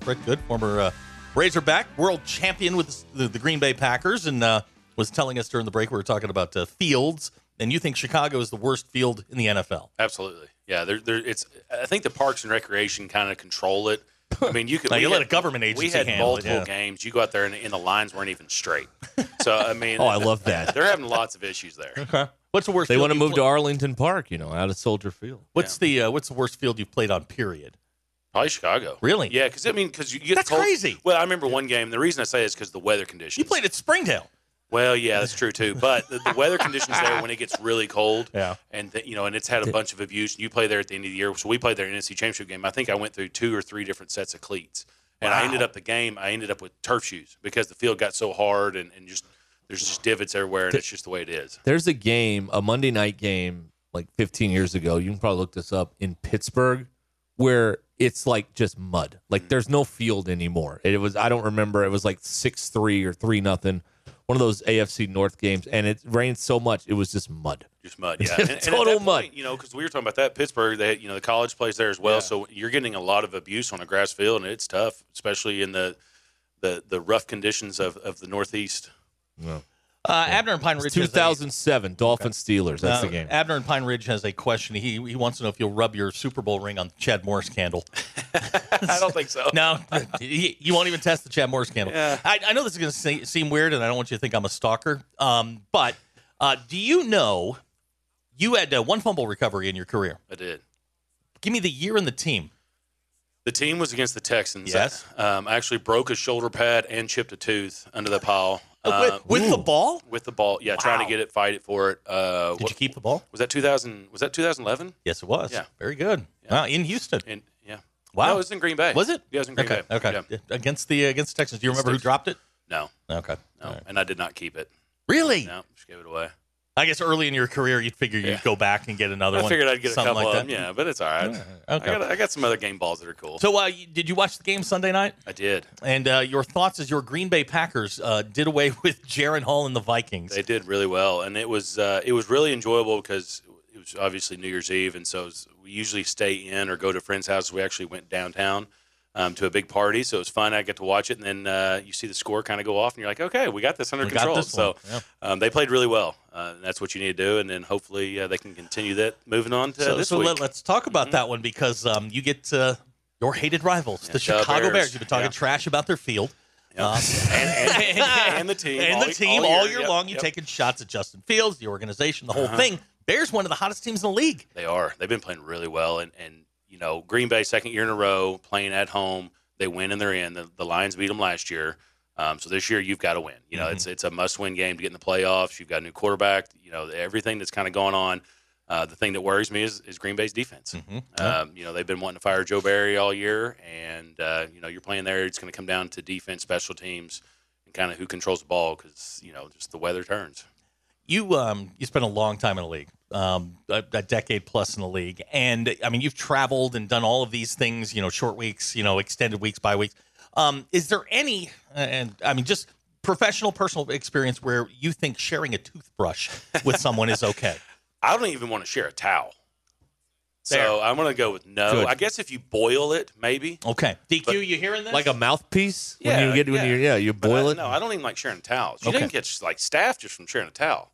S4: Brett Good, former uh, Razorback world champion with the, the Green Bay Packers, and uh, was telling us during the break we were talking about uh, fields, and you think Chicago is the worst field in the NFL.
S7: Absolutely. Yeah, there, there, it's. I think the Parks and Recreation kind of control it. I mean, you could.
S4: Now,
S7: we
S4: you let
S7: had-
S4: a government
S7: We
S4: agency
S7: had
S4: handle it,
S7: multiple
S4: yeah.
S7: games. You go out there and, and the lines weren't even straight. So I mean,
S3: Oh, I love that.
S7: They're having lots of issues there.
S4: Okay, what's the worst?
S3: They
S4: field
S3: want to
S4: you've
S3: move
S4: pla-
S3: to Arlington Park, you know, out of Soldier Field.
S4: What's the uh, what's the worst field you've played on? Period.
S7: Probably Chicago.
S4: Really?
S7: Yeah, because I mean, because you get
S4: That's
S7: cold-
S4: crazy.
S7: Well, I remember one game. The reason I say it is because the weather conditions.
S4: You played at Springdale.
S7: Well, yeah, that's true too. But the, the weather conditions there when it gets really cold,
S4: Yeah.
S7: and th- you know, and it's had a bunch of abuse. And you play there at the end of the year, so we played their NFC Championship game. I think I went through two or three different sets of cleats, and I ended up the game. I ended up with turf shoes because the field got so hard and, and just there's just divots everywhere, and it's just the way it is.
S3: There's a game, a Monday night game, like 15 years ago. You can probably look this up in Pittsburgh, where it's like just mud. Like there's no field anymore. It was I don't remember. It was like six three or three nothing. One of those AFC North games, and it rained so much it was just mud.
S7: Just mud, yeah, And- and at
S3: Total
S7: that point,
S3: mud.
S7: you know, because we were talking about that Pittsburgh. They, had- you know, the college plays there as well, so you're getting a lot of abuse on a grass field, and it's tough, especially in the the the rough conditions of of the Northeast.
S4: Uh, Abner and Pine Ridge. has a-
S3: 2007 Dolphin Steelers. That's the
S4: uh,
S3: game.
S4: Abner and Pine Ridge has a question. He he wants to know if you'll rub your Super Bowl ring on the Chad Morris candle.
S7: I don't think so.
S4: No, you you won't even test the Chad Morris candle. I, I know this is going to se- seem weird, and I don't want you to think I'm a stalker. Um, but uh, do you know you had uh, one fumble recovery in your career?
S7: I did.
S4: Give me the year and the team.
S7: The team was against the Texans.
S4: Yes.
S7: Um, I actually broke a shoulder pad and chipped a tooth under the pile. Um,
S4: Uh, with with the ball?
S7: with the ball. Yeah, trying to get it, fight it for it. Uh,
S4: Did
S7: what-
S4: you keep the ball?
S7: was that 2000? Was that 2011?
S4: Yes, it was.
S7: Yeah.
S4: Very good. Wow, in Houston.
S7: And yeah,
S4: Wow.
S7: No, it was in Green Bay.
S4: Was it?
S7: Yeah, it was in Green
S4: okay.
S7: Bay.
S4: Okay.
S7: Yeah.
S4: Against the uh, against the Texans. Do you remember who dropped it?
S7: No,
S4: Okay.
S7: no,
S4: All right.
S7: and I did not keep it.
S4: Really?
S7: No, just gave it away.
S4: I guess early in your career, you'd figure you'd
S7: Yeah.
S4: go back and get another
S7: I
S4: one.
S7: figured I'd get a
S4: something
S7: couple
S4: like
S7: of them.
S4: that.
S7: Yeah, but it's all right.
S4: okay.
S7: I, got, I got some other game balls that are cool.
S4: So, uh, you- did you watch the game Sunday night?
S7: I did.
S4: And uh, your thoughts as your Green Bay Packers uh, did away with Jaron Hall and the Vikings.
S7: They did really well, and it was uh, it was really enjoyable because it was obviously New Year's Eve, and so it was, we usually stay in or go to friends' houses. We actually went downtown um, to a big party, so it was fun. I got to watch it, and then uh, you see the score kind of go off, and you're like, okay, we got this under
S4: We got
S7: control.
S4: this
S7: so
S4: one, yeah.
S7: um, they played really well, uh, and that's what you need to do, and then hopefully uh, they can continue that moving on to
S4: so
S7: this
S4: so
S7: week. Mm-hmm.
S4: Let, us talk about that one because um, you get uh, your hated rivals, the
S7: the
S4: Chicago Bears.
S7: Bears.
S4: You've been talking
S7: Yeah.
S4: trash about their field. Uh,
S7: and, and, and the team,
S4: and
S7: all,
S4: the team all, year,
S7: Yep,
S4: long. You're
S7: yep. Uh-huh.
S4: taking shots at Justin Fields, the organization, the whole thing. Bears one of the hottest teams in the league.
S7: They are. They've been playing really well, and and you know Green Bay second year in a row playing at home. They win and they're in. The, the Lions beat them last year, um, so this year you've got to win. You know
S3: Mm-hmm.
S7: it's it's a must win game to get in the playoffs. You've got a new quarterback. You know everything that's kind of going on. Uh, the thing that worries me is, is Green Bay's defense.
S3: Mm-hmm.
S7: Um, you know they've been wanting to fire Joe Barry all year, and uh, you know you're playing there. It's going to come down to defense, special teams, and kind of who controls the ball because you know just the weather turns.
S4: You um you spent a long time in the league, um a, a decade plus in the league, and I mean you've traveled and done all of these things, you know, short weeks, you know, extended weeks, by weeks. Um, is there any, and I mean just professional, personal experience where you think sharing a toothbrush with someone is okay?
S7: I don't even want to share a towel.
S4: There.
S7: So I'm going to go with no.
S3: Good.
S7: I guess if you boil it, maybe.
S4: Okay, DQ,
S7: But-
S4: you hearing this?
S3: like a mouthpiece
S7: Yeah,
S3: when you get when
S7: yeah.
S3: you yeah you
S7: But
S3: boil
S7: I-
S3: it.
S7: No, I don't even like sharing towels. You
S4: Okay.
S7: didn't get like staff just from sharing a towel.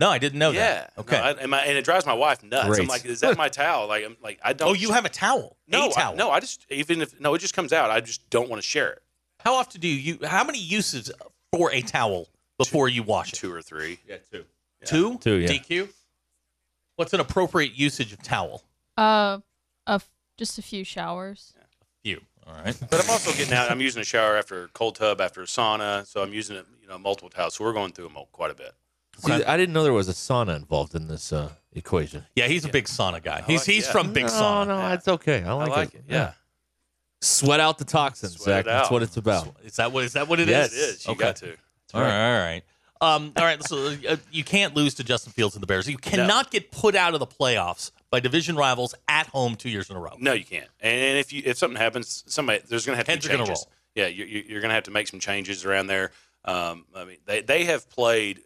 S4: no, I didn't know
S7: yeah.
S4: that. Okay.
S7: No, I, and, my, and it drives my wife nuts.
S3: Great.
S7: I'm like, is that my towel? Like, I'm like, I don't.
S4: oh, you have a towel?
S7: no,
S4: a
S7: I-
S4: towel.
S7: no. I just even if no, it just comes out. I just don't want to share it.
S4: How often do you? How many uses for a towel before you wash it?
S7: Two or three. Yeah, two.
S4: Two.
S3: Two, yeah.
S4: DQ. What's an appropriate usage of towel?
S5: Uh, a f- just a few showers.
S4: You. All right.
S7: But I'm also getting out. I'm using a shower after a cold tub after a sauna, so I'm using it, you know, multiple towels. So we're going through them quite a bit.
S3: See, I didn't know there was a sauna involved in this uh, equation.
S4: Yeah, he's a big sauna guy. He's he's
S7: yeah.
S4: from big
S3: no,
S4: sauna.
S3: Oh, no, that's okay. I like,
S7: like it, yeah.
S3: Sweat out the toxins,
S7: Sweat
S3: Zach.
S7: it
S3: That's
S7: out.
S3: what it's about.
S4: Is that what is that what it is?
S3: Yes.
S7: It is. You
S4: Okay.
S7: got to.
S4: All right. All right. Um, all right. So uh, you can't lose to Justin Fields and the Bears. You cannot get put out of the playoffs by division rivals at home two years in a row.
S7: No, you can't. And if you if something happens, somebody there's going to have to
S4: Heads
S7: be
S4: are gonna
S7: changes.
S4: roll.
S7: Yeah, you're, you're going to have to make some changes around there. Um, I mean, they, they have played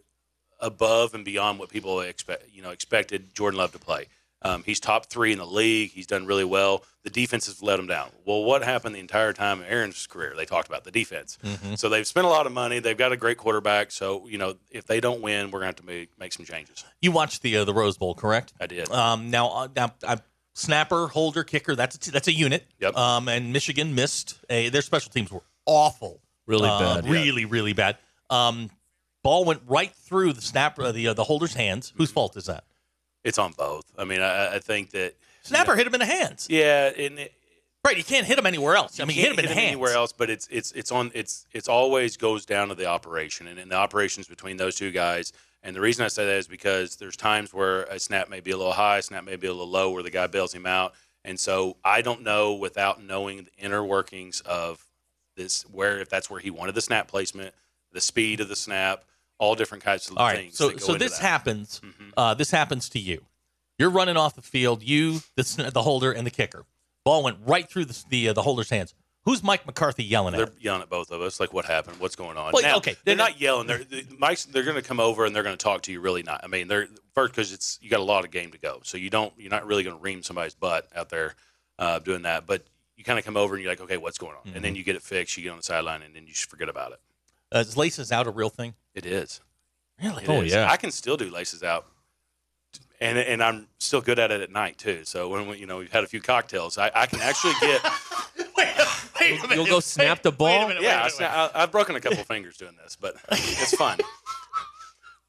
S7: above and beyond what people expect. You know, expected Jordan Love to play. Um, he's top three in the league. He's done really well. The defense has let him down. Well, what happened the entire time in Aaron's career? They talked about the defense.
S4: Mm-hmm.
S7: So they've spent a lot of money. They've got a great quarterback. So you know, if they don't win, we're going to have to make, make some changes.
S4: You watched the uh, the Rose Bowl, correct?
S7: I did.
S4: Um, now, uh, now, uh, snapper, holder, kicker. That's a t- that's a unit.
S7: Yep.
S4: Um, and Michigan missed. A, their special teams were awful.
S3: Really
S4: Um,
S3: bad.
S4: Really, really bad. Um, ball went right through the snapper, uh, the uh, the holder's hands. Whose fault is that?
S7: It's on both. I mean, I, I- I think that.
S4: Snapper hit him in the hands.
S7: Yeah, and it,
S4: Right. You can't hit him anywhere else. I mean, you hit him in the
S7: Can't
S4: hands.
S7: anywhere else, but it's it's it's on it's it's always goes down to the operation and, and the operations between those two guys. And the reason I say that is because there's times where a snap may be a little high, a snap may be a little low, where the guy bails him out. And so I don't know without knowing the inner workings of this, where if that's where he wanted the snap placement, the speed of the snap, all different types of
S4: All right.
S7: things.
S4: So
S7: that go
S4: so
S7: into
S4: this
S7: that. Mm-hmm.
S4: happens. Uh, this happens to you. You're running off the field. You, the sn- the holder, and the kicker. Ball went right through the the, uh, the holder's hands. Who's Mike McCarthy yelling at?
S7: They're yelling at both of us, like, "What happened? What's going on?"
S4: Well,
S7: now,
S4: okay, they're-
S7: they're not yelling. They're they- Mike's. They're going to come over and they're going to talk to you. Really not. I mean, they're first because it's you got a lot of game to go, so you don't. You're not really going to ream somebody's butt out there uh, doing that. But you kind of come over and you're like, "Okay, what's going on?" And
S4: Mm-hmm.
S7: then you get it fixed. You get on the sideline and then you just forget about it.
S4: Uh, is laces out a real thing?
S7: It is.
S3: Really?
S7: It
S3: Oh
S7: is.
S3: yeah.
S7: I can still do laces out, and and I'm still good at it at night too. So when we, you know we've had a few cocktails, I, I can actually get.
S4: Wait a minute.
S3: You'll go snap the ball.
S7: yeah, I sna- I, I've broken a couple fingers doing this, but it's fun.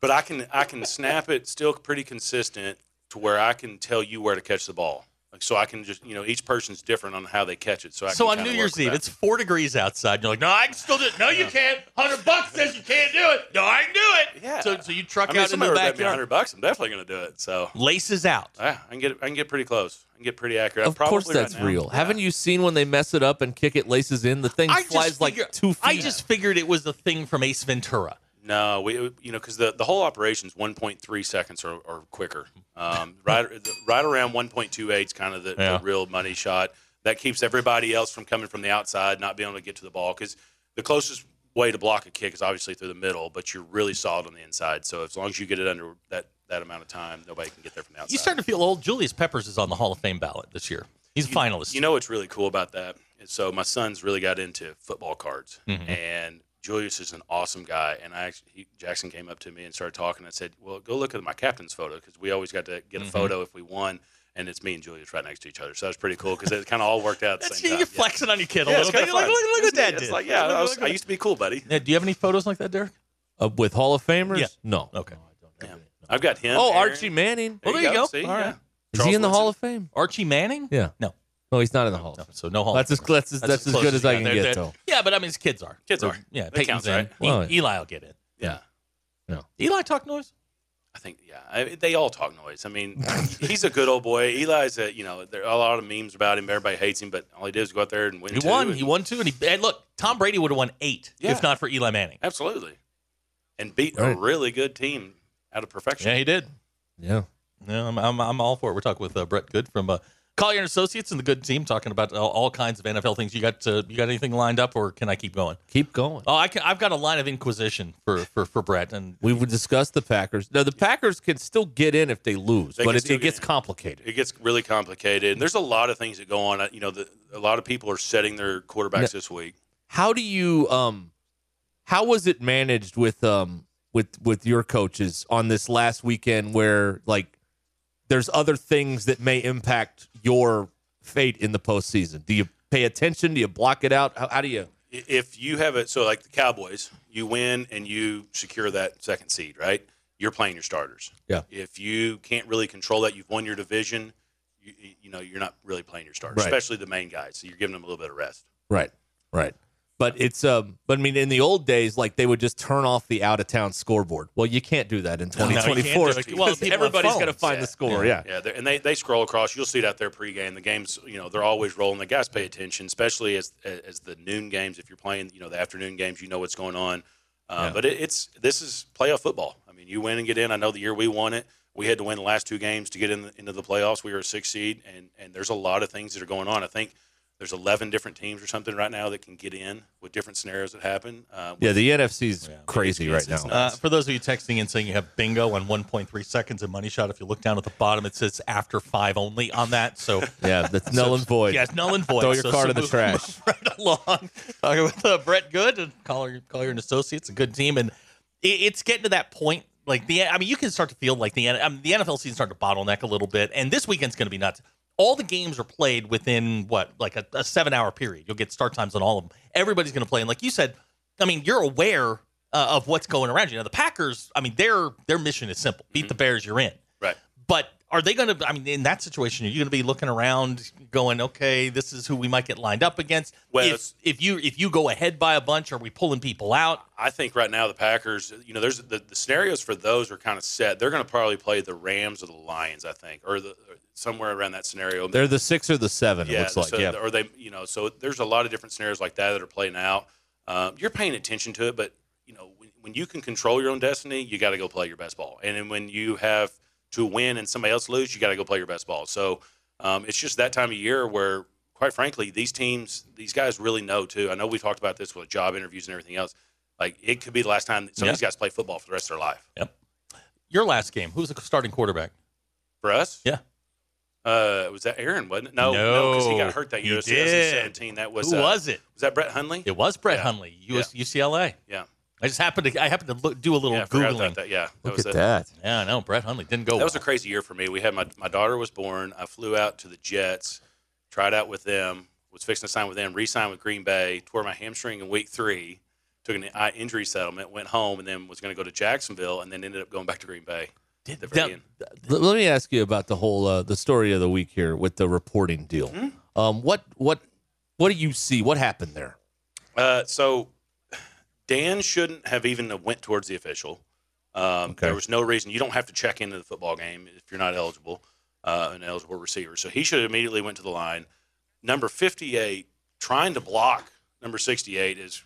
S7: but I can I can snap it still pretty consistent to where I can tell you where to catch the ball. Like so, I can just you know each person's different on how they catch it. So I
S4: So
S7: can
S4: on
S7: kinda
S4: New
S7: work
S4: Year's
S7: with
S4: Eve,
S7: that.
S4: it's four degrees outside. And you're like, no, I can still do it. No, you can't. Hundred bucks says you can't do it. No, I can do it.
S7: Yeah.
S4: So, so you truck
S7: I mean,
S4: out in
S7: somebody
S4: the
S7: would bet me hundred
S4: backyard.
S7: bucks. I'm definitely going to do it. So
S4: Laces out.
S7: yeah, I can get I can get pretty close. I can get pretty accurate.
S3: Of
S7: Probably
S3: course,
S7: right
S3: that's
S7: now.
S3: real.
S7: Yeah.
S3: Haven't you seen when they mess it up and kick it laces in? The thing
S4: I
S3: flies
S4: just
S3: like
S4: figure-
S3: two feet.
S4: I just figured it was the thing from Ace Ventura.
S7: No, we you know because the, the whole operation's 1.3 seconds or, or quicker. Um, right the- right around 1.28 is kind of the,
S4: Yeah.
S7: the real money shot that keeps everybody else from coming from the outside, not being able to get to the ball because the closest way to block a kick is obviously through the middle, but you're really solid on the inside. So as long as you get it under that that amount of time, nobody can get there from the outside.
S4: You start to feel old. Julius Peppers is on the Hall of Fame ballot this year. He's a finalist.
S7: You know what's really cool about that? is So my son's really got into football cards,
S4: Mm-hmm.
S7: and Julius is an awesome guy. And I actually, he, Jackson came up to me and started talking. I said, "Well, go look at my captain's photo because we always got to
S4: Mm-hmm.
S7: get a photo if we won." And it's me and Julius right next to each other, so that was pretty cool because it kind of all worked out at the
S4: That's,
S7: same
S4: you're
S7: time. Yeah.
S4: flexing on your kid a
S7: Yeah, it's
S4: little bit.
S7: kinda
S4: You're like,
S7: fun.
S4: look, look what
S7: Isn't it?
S4: that did.
S7: It's like, yeah,
S4: Look,
S7: I,
S4: look,
S7: was,
S4: look
S7: I
S4: at
S7: used to be cool, buddy.
S4: that. Yeah, do you have any photos like that, Derek?
S3: Uh, with Hall of Famers?
S4: Yeah.
S3: No.
S4: Okay.
S7: Yeah. I've got him.
S3: Oh,
S7: Aaron.
S3: Archie Manning.
S4: Well, there you go.
S7: See,
S4: All
S7: yeah.
S4: right.
S3: Is he in the Hall of Fame?
S4: Archie Manning?
S3: Yeah.
S4: No.
S3: No, he's not in the Hall.
S4: No,
S3: of Fame.
S4: so no Hall.
S3: That's as that's as, that's as
S4: close
S3: good as
S4: you
S3: I
S4: got.
S3: can
S4: They're-
S3: get
S4: they're-
S3: though.
S4: Yeah, but I mean, his kids are.
S7: Kids
S4: Or-
S7: are.
S4: Yeah,
S7: That
S4: Peyton's
S7: counts,
S4: in.
S7: right?
S4: E-
S3: Well,
S4: Eli'll get in.
S7: Yeah.
S4: Eli talk noise.
S7: I think yeah, I, they all talk noise. I mean, he's a good old boy. Eli's a you know there are a lot of memes about him. Everybody hates him, but all he did was go out there and win.
S4: He
S7: two
S4: won.
S7: and-
S4: He won two, and he and look. Tom Brady would have won eight
S7: Yeah.
S4: if not for Eli Manning.
S7: absolutely, and beat
S3: Right.
S7: a really good team out of perfection.
S4: Yeah, he did.
S3: Yeah.
S4: No, I'm, I'm, I'm all for it. We're talking with uh, Brett Good from uh, Collier and Associates and the Good Team, talking about all, all kinds of NFL things. You got uh, you got anything lined up, or can I keep going?
S3: Keep going.
S4: Oh, I can, I've got a line of inquisition for for, for Brett, and
S3: We would discuss the Packers. Now the Packers can still get in if they lose,
S7: They
S3: but
S7: can
S3: it,
S7: still
S3: it
S7: get
S3: gets
S7: in.
S3: complicated.
S7: It gets really complicated. And there's a lot of things that go on. You know, the, a lot of people are setting their quarterbacks
S3: No.
S7: this week.
S3: How do you um how was it managed with um with with your coaches on this last weekend where like there's other things that may impact your fate in the postseason? Do you pay attention? Do you block it out? How, how do you
S7: I- If you have it, so like the Cowboys, you win and you secure that second seed, right? You're playing your starters.
S3: Yeah.
S7: If you can't really control that, you've won your division. You, you- you know, you're not really playing your starters,
S3: Right.
S7: especially the main guys. So you're giving them a little bit of rest.
S3: Right. Right. But it's um but I mean in the old days like they would just turn off the out of town scoreboard. Well, you can't do that in
S4: you can't
S3: 2024.
S4: do it.
S3: because
S4: Well, people have
S3: everybody's
S4: phones.
S3: going to find
S7: Yeah.
S3: the score, yeah.
S7: Yeah, they're- and they, they scroll across. You'll see it out there pregame. The games, you know, they're always rolling. The guys pay attention, especially as as the noon games. If you're playing, you know, the afternoon games, you know what's going on. Uh, But it, it's this is playoff football. I mean, you win and get in. I know the year we won it, we had to win the last two games to get in the, into the playoffs. We were a six seed, and and there's a lot of things that are going on. I think there's 11 different teams or something right now that can get in with different scenarios that happen. Uh,
S3: Yeah, the NFC's crazy right now.
S7: nuts.
S4: Uh, for those of you texting and saying you have bingo on 1.3 seconds and money shot, if you look down at the bottom, it says after five only on that. So
S3: yeah, that's null and void.
S4: yes, null and void.
S3: Throw your
S4: So-
S3: card
S4: so
S3: in the
S4: move
S3: trash.
S4: Right along, talking with uh, Brett Good and Collier, Collier and Associates, a good team, and it, it's getting to that point. Like the, I mean, you can start to feel like the, N- I mean, the NFL season starting to bottleneck a little bit, and this weekend's going to be nuts. All the games are played within what, like a, a seven-hour period. You'll get start times on all of them. Everybody's going to play, and like you said, I mean, you're aware uh, of what's going around you. Now the Packers, I mean, their their mission is simple: beat
S3: Mm-hmm.
S4: the Bears, you're in.
S7: Right.
S4: But are they going to? I mean, in that situation, are you going to be looking around, going, "Okay, this is who we might get lined up against."
S7: Well,
S4: if,
S7: it's-
S4: if you if you go ahead by a bunch, are we pulling people out?
S7: I think right now the Packers, you know, there's the, the scenarios for those are kind of set. They're going to probably play the Rams or the Lions, I think, or the or somewhere around that scenario.
S3: They're the 6 or the 7 it looks like.
S7: so-
S3: yeah.
S7: Or they, you know, so there's a lot of different scenarios like that that are playing out. Um, you're paying attention to it, but you know, when, when you can control your own destiny, you got to go play your best ball. And then when you have to win and somebody else lose, you got to go play your best ball. So um, it's just that time of year where, quite frankly, these teams, these guys really know too. I know we talked about this with job interviews and everything else. Like it could be the last time that some
S4: Yeah.
S7: of these guys play football for the rest of their life.
S4: Your last game, who's the starting quarterback?
S7: For us,
S4: Yeah.
S7: Uh, was that Aaron? Wasn't it? No, Oh, no, because he
S4: No,
S7: got hurt that
S4: he
S7: year. It was
S4: did.
S7: 2017. That was
S4: who
S7: uh,
S4: was it?
S7: Was that Brett Hunley?
S4: It was Brett
S7: Yeah.
S4: Hundley, US, UCLA.
S7: Yeah.
S4: I just happened to I happened to look, do a little
S7: Yeah, I forgot
S4: googling.
S7: about that. Yeah, that
S4: Look
S7: was
S4: at
S7: a-
S4: that. Yeah, no, Brett Hundley didn't go.
S7: That was a crazy year for me. We had my my daughter was born. I flew out to the Jets, tried out with them, was fixing to sign with them, re-signed with Green Bay, tore my hamstring in week three, took an eye injury settlement, went home, and then was going to go to Jacksonville, and then ended up going back to Green Bay. Did the very
S3: that-
S7: end.
S3: Let, let me ask you about the whole uh, the story of the week here with the reporting deal.
S7: Mm-hmm.
S3: Um, what what what do you see? What happened there?
S7: Uh, so Dan shouldn't have even went towards the official. Um, There was no reason. You don't have to check into the football game if you're not eligible, uh, an eligible receiver. So he should have immediately went to the line. Number 58 trying to block number 68 is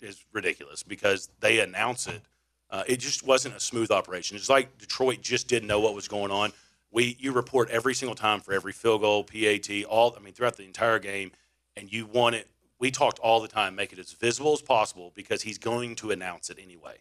S7: is ridiculous because they announce it. Uh, it just wasn't a smooth operation. It's like Detroit just didn't know what was going on. We you report every single time for every field goal, PAT, all I mean throughout the entire game, and you want it. We talked all the time, make it as visible as possible because he's going to announce it anyway.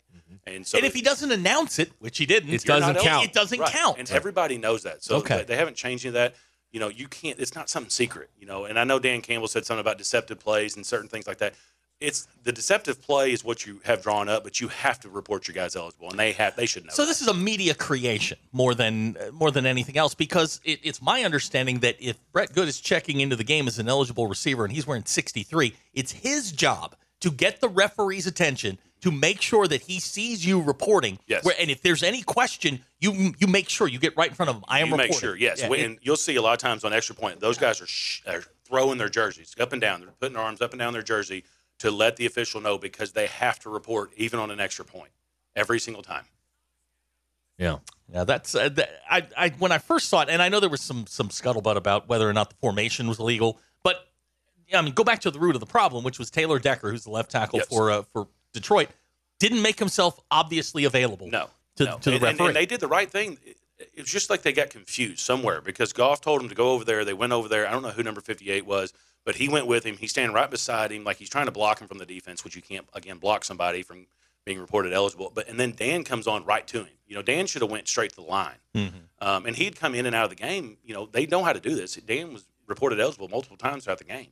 S7: And so
S4: and if he doesn't announce it, which he didn't,
S3: It
S4: you're not
S3: doesn't
S4: eligible.
S3: count.
S4: It doesn't
S7: Right.
S4: count.
S7: And everybody knows that. So
S4: Okay.
S7: they- they haven't changed any of that. You know, you can't. It's not something secret. You know, and I know Dan Campbell said something about deceptive plays and certain things like that. It's the deceptive play is what you have drawn up, but you have to report your guys eligible, and they have they should know.
S4: So
S7: that.
S4: this is a media creation more than uh, more than anything else because it, it's my understanding that if Brett Good is checking into the game as an eligible receiver and he's wearing 63, it's his job to get the referee's attention to make sure that he sees you reporting.
S7: Yes.
S4: Where, and if there's any question, you you make sure you get right in front of him. I am
S7: you
S4: reporting.
S7: make sure, yes.
S4: Yeah,
S7: We-
S4: it-
S7: and you'll see a lot of times on extra point, those guys are, sh- are throwing their jerseys up and down. They're putting their arms up and down their jersey to let the official know because they have to report even on an extra point every single time.
S4: Yeah, yeah. That's uh, that, I, I when I first saw it, and I know there was some some scuttlebutt about whether or not the formation was legal, but I mean, go back to the root of the problem, which was Taylor Decker, who's the left tackle
S7: Yes.
S4: for uh, for Detroit, didn't make himself obviously available.
S7: No,
S4: to,
S7: no.
S4: to the
S7: and, and-
S4: referee.
S7: And, they did the right thing. It- It was just like they got confused somewhere because Goff told him to go over there. They went over there. I don't know who number 58 was, but he went with him. He's standing right beside him, like he's trying to block him from the defense, which you can't again block somebody from being reported eligible. But and then Dan comes on right to him. You know, Dan should have went straight to the line,
S4: Mm-hmm.
S7: um, and he'd come in and out of the game. You know, they know how to do this. Dan was reported eligible multiple times throughout the game.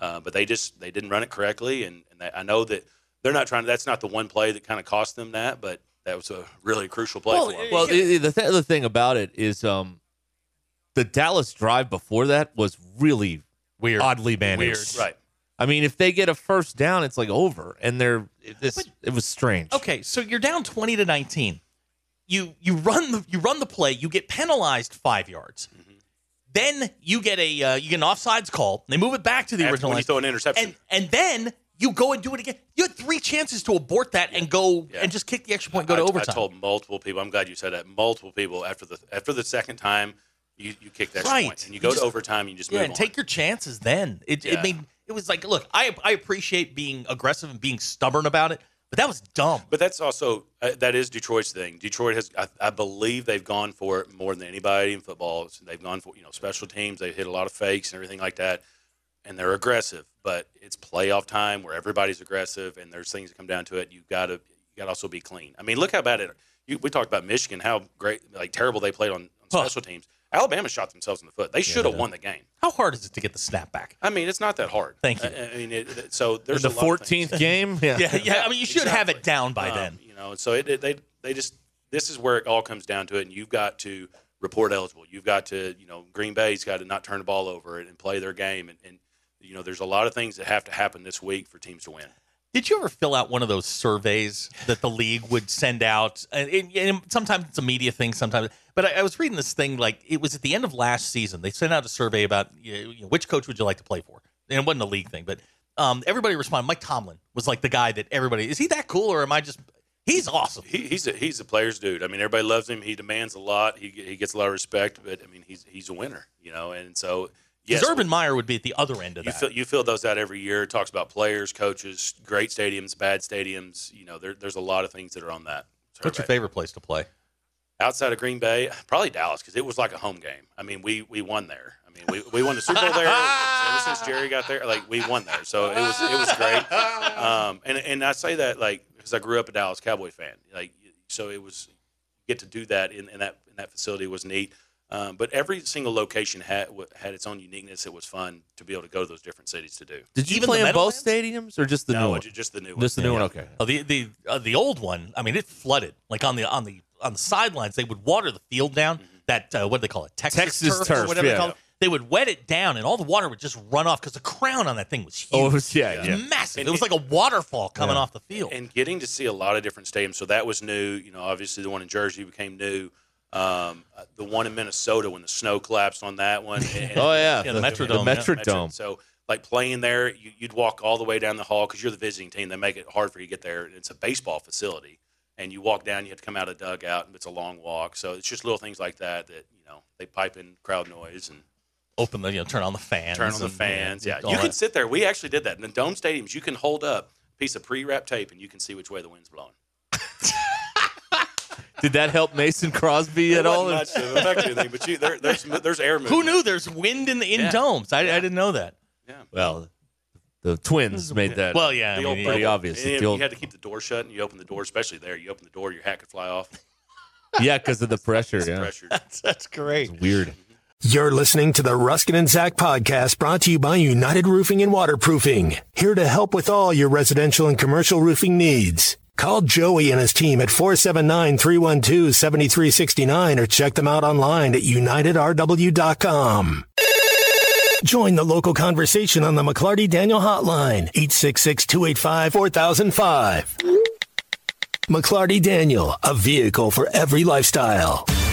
S7: Uh, but they just they didn't run it correctly, and, and they, I know that they're not trying. to That's not the one play that kind of cost them that, but that was a really crucial play for them.
S3: Well, i- i- the th- the thing about it is, um, the Dallas drive before that was really
S4: Weird.
S3: oddly managed.
S4: Weird.
S7: right?
S3: I mean, if they get a first down, it's like over, and they're this. it was strange.
S4: Okay, so you're down twenty to nineteen. You you run the you run the play. You get penalized five yards.
S7: Mm-hmm.
S4: Then you get a uh, you get an offsides call. They move it back to the
S7: After
S4: original
S7: when you
S4: line.
S7: throw an interception.
S4: and and then you go and do it again. You had three chances to abort that and go
S7: Yeah.
S4: and just kick the extra point, and go
S7: I,
S4: to overtime.
S7: I told multiple people. I'm glad you said that. Multiple people after the after the second time, you you kick that
S4: Right.
S7: point and you go
S4: You just-
S7: to overtime. You just
S4: yeah,
S7: move
S4: and
S7: on.
S4: take your chances. Then it,
S7: Yeah.
S4: it made it was like, look, I I appreciate being aggressive and being stubborn about it, but that was dumb.
S7: But that's also uh, that is Detroit's thing. Detroit has, I, I believe, they've gone for it more than anybody in football. So they've gone for you know special teams. They've hit a lot of fakes and everything like that, and they're aggressive. But it's playoff time where everybody's aggressive, and there's things that come down to it. You gotta you gotta also be clean. I mean, look how bad it. You, we talked about Michigan, how great, like terrible they played on, on
S4: Huh.
S7: special teams. Alabama shot themselves in the foot. They should have won the game.
S4: How hard is it to get the snap back?
S7: I mean, it's not that hard.
S4: Thank you.
S7: I, I mean, it, it- so
S3: In
S7: there's
S3: the
S7: a lot of things.
S3: 14th game, yeah.
S4: Yeah, yeah. I mean, you should have it
S7: Exactly.
S4: down by
S7: Um,
S4: then.
S7: You know, so it, it- they they just this is where it all comes down to it, and you've got to report eligible. You've got to you know Green Bay's got to not turn the ball over and, and play their game, and, and you know there's a lot of things that have to happen this week for teams to win.
S4: Did you ever fill out one of those surveys that the league would send out? And, and- and sometimes it's a media thing, sometimes. But I, I was reading this thing like it was at the end of last season. They sent out a survey about you know, which coach would you like to play for, and it wasn't a league thing, but um, everybody responded. Mike Tomlin was like the guy that everybody is he that cool or am I just he's awesome.
S7: He, he's a, he's a player's dude. I mean, everybody loves him. He demands a lot. He he gets a lot of respect, but I mean he's he's a winner. You know, and so yes,
S4: Because Urban Meyer would be at the other end of
S7: You
S4: that.
S7: fill, you fill those out every year. It talks about players, coaches, great stadiums, bad stadiums. You know, there, there's a lot of things that are on that.
S4: What's your
S7: survey.
S4: favorite place to play?
S7: Outside of Green Bay, probably Dallas because it was like a home game. I mean, we we won there. I mean, we, we won the Super Bowl there. ever since Jerry got there, like we won there, so it was it was great. Um, and and I say that like because I grew up a Dallas Cowboy fan. Like so, it was get to do that in, in that in that facility was neat. Um, but every single location had wa- had its own uniqueness. It was fun to be able to go to those different cities to do.
S3: Did you
S4: Even
S3: play
S4: the
S3: in both stadiums or just the new
S7: no,
S3: one?
S7: ju- just the new one.
S3: Just the new one. Okay.
S4: Oh, the the uh, the old one. I mean, it flooded. Like on the on the on the sidelines, they would water the field down. That uh, what do they call it? Texas,
S3: Texas
S4: turf, or
S3: turf,
S4: whatever
S3: yeah.
S4: they call it. They would wet it down, and all the water would just run off because the crown on that thing was huge.
S3: Oh, it was- yeah,
S4: It was
S3: yeah.
S4: massive. it was like a waterfall coming off the field.
S7: And getting to see a lot of different stadiums. So that was new. You know, obviously the one in Jersey became new. Um, uh, the one in Minnesota when the snow collapsed on that one. and-
S3: Oh yeah,
S4: Yeah, the Metrodome,
S3: The
S4: yeah.
S3: Metrodome.
S7: So, like playing there, you, you'd walk all the way down the hall because you're the visiting team. They make it hard for you to get there. It's a baseball facility, and you walk down. You have to come out of dugout, and it's a long walk. So it's just little things like that that you know they pipe in crowd noise and
S4: Open the you know, turn on the fans.
S7: turn on the
S4: and,
S7: fans. Yeah,
S4: all
S7: you can
S4: that.
S7: sit there. We actually did that in the dome stadiums. You can hold up a piece of pre-wrap tape, and you can see which way the wind's blowing.
S3: Did that help Mason Crosby at
S7: It
S3: all?
S7: wasn't much to affect anything, but you, there, there's there's air movement.
S4: Who knew there's wind in the in
S7: Yeah.
S4: domes? I, I didn't know that.
S3: Well, the Twins made that.
S4: Well, yeah, I
S7: The old
S4: mean,
S3: pretty
S7: bubble.
S3: obvious.
S7: And
S3: The
S7: if you
S3: old-
S7: had to keep the door shut, and you open the door, especially there. You open the door, your hat could fly off.
S3: yeah, because of the pressure. Yeah,
S7: Pressure.
S4: that's great.
S3: weird.
S2: You're listening to the Ruskin and Zach podcast brought to you by United Roofing and Waterproofing, here to help with all your residential and commercial roofing needs. Call Joey and his team at 479-312-7369 or check them out online at unitedrw.com. Join the local conversation on the McClarty Daniel Hotline, 866-285-4005. McClarty Daniel, a vehicle for every lifestyle.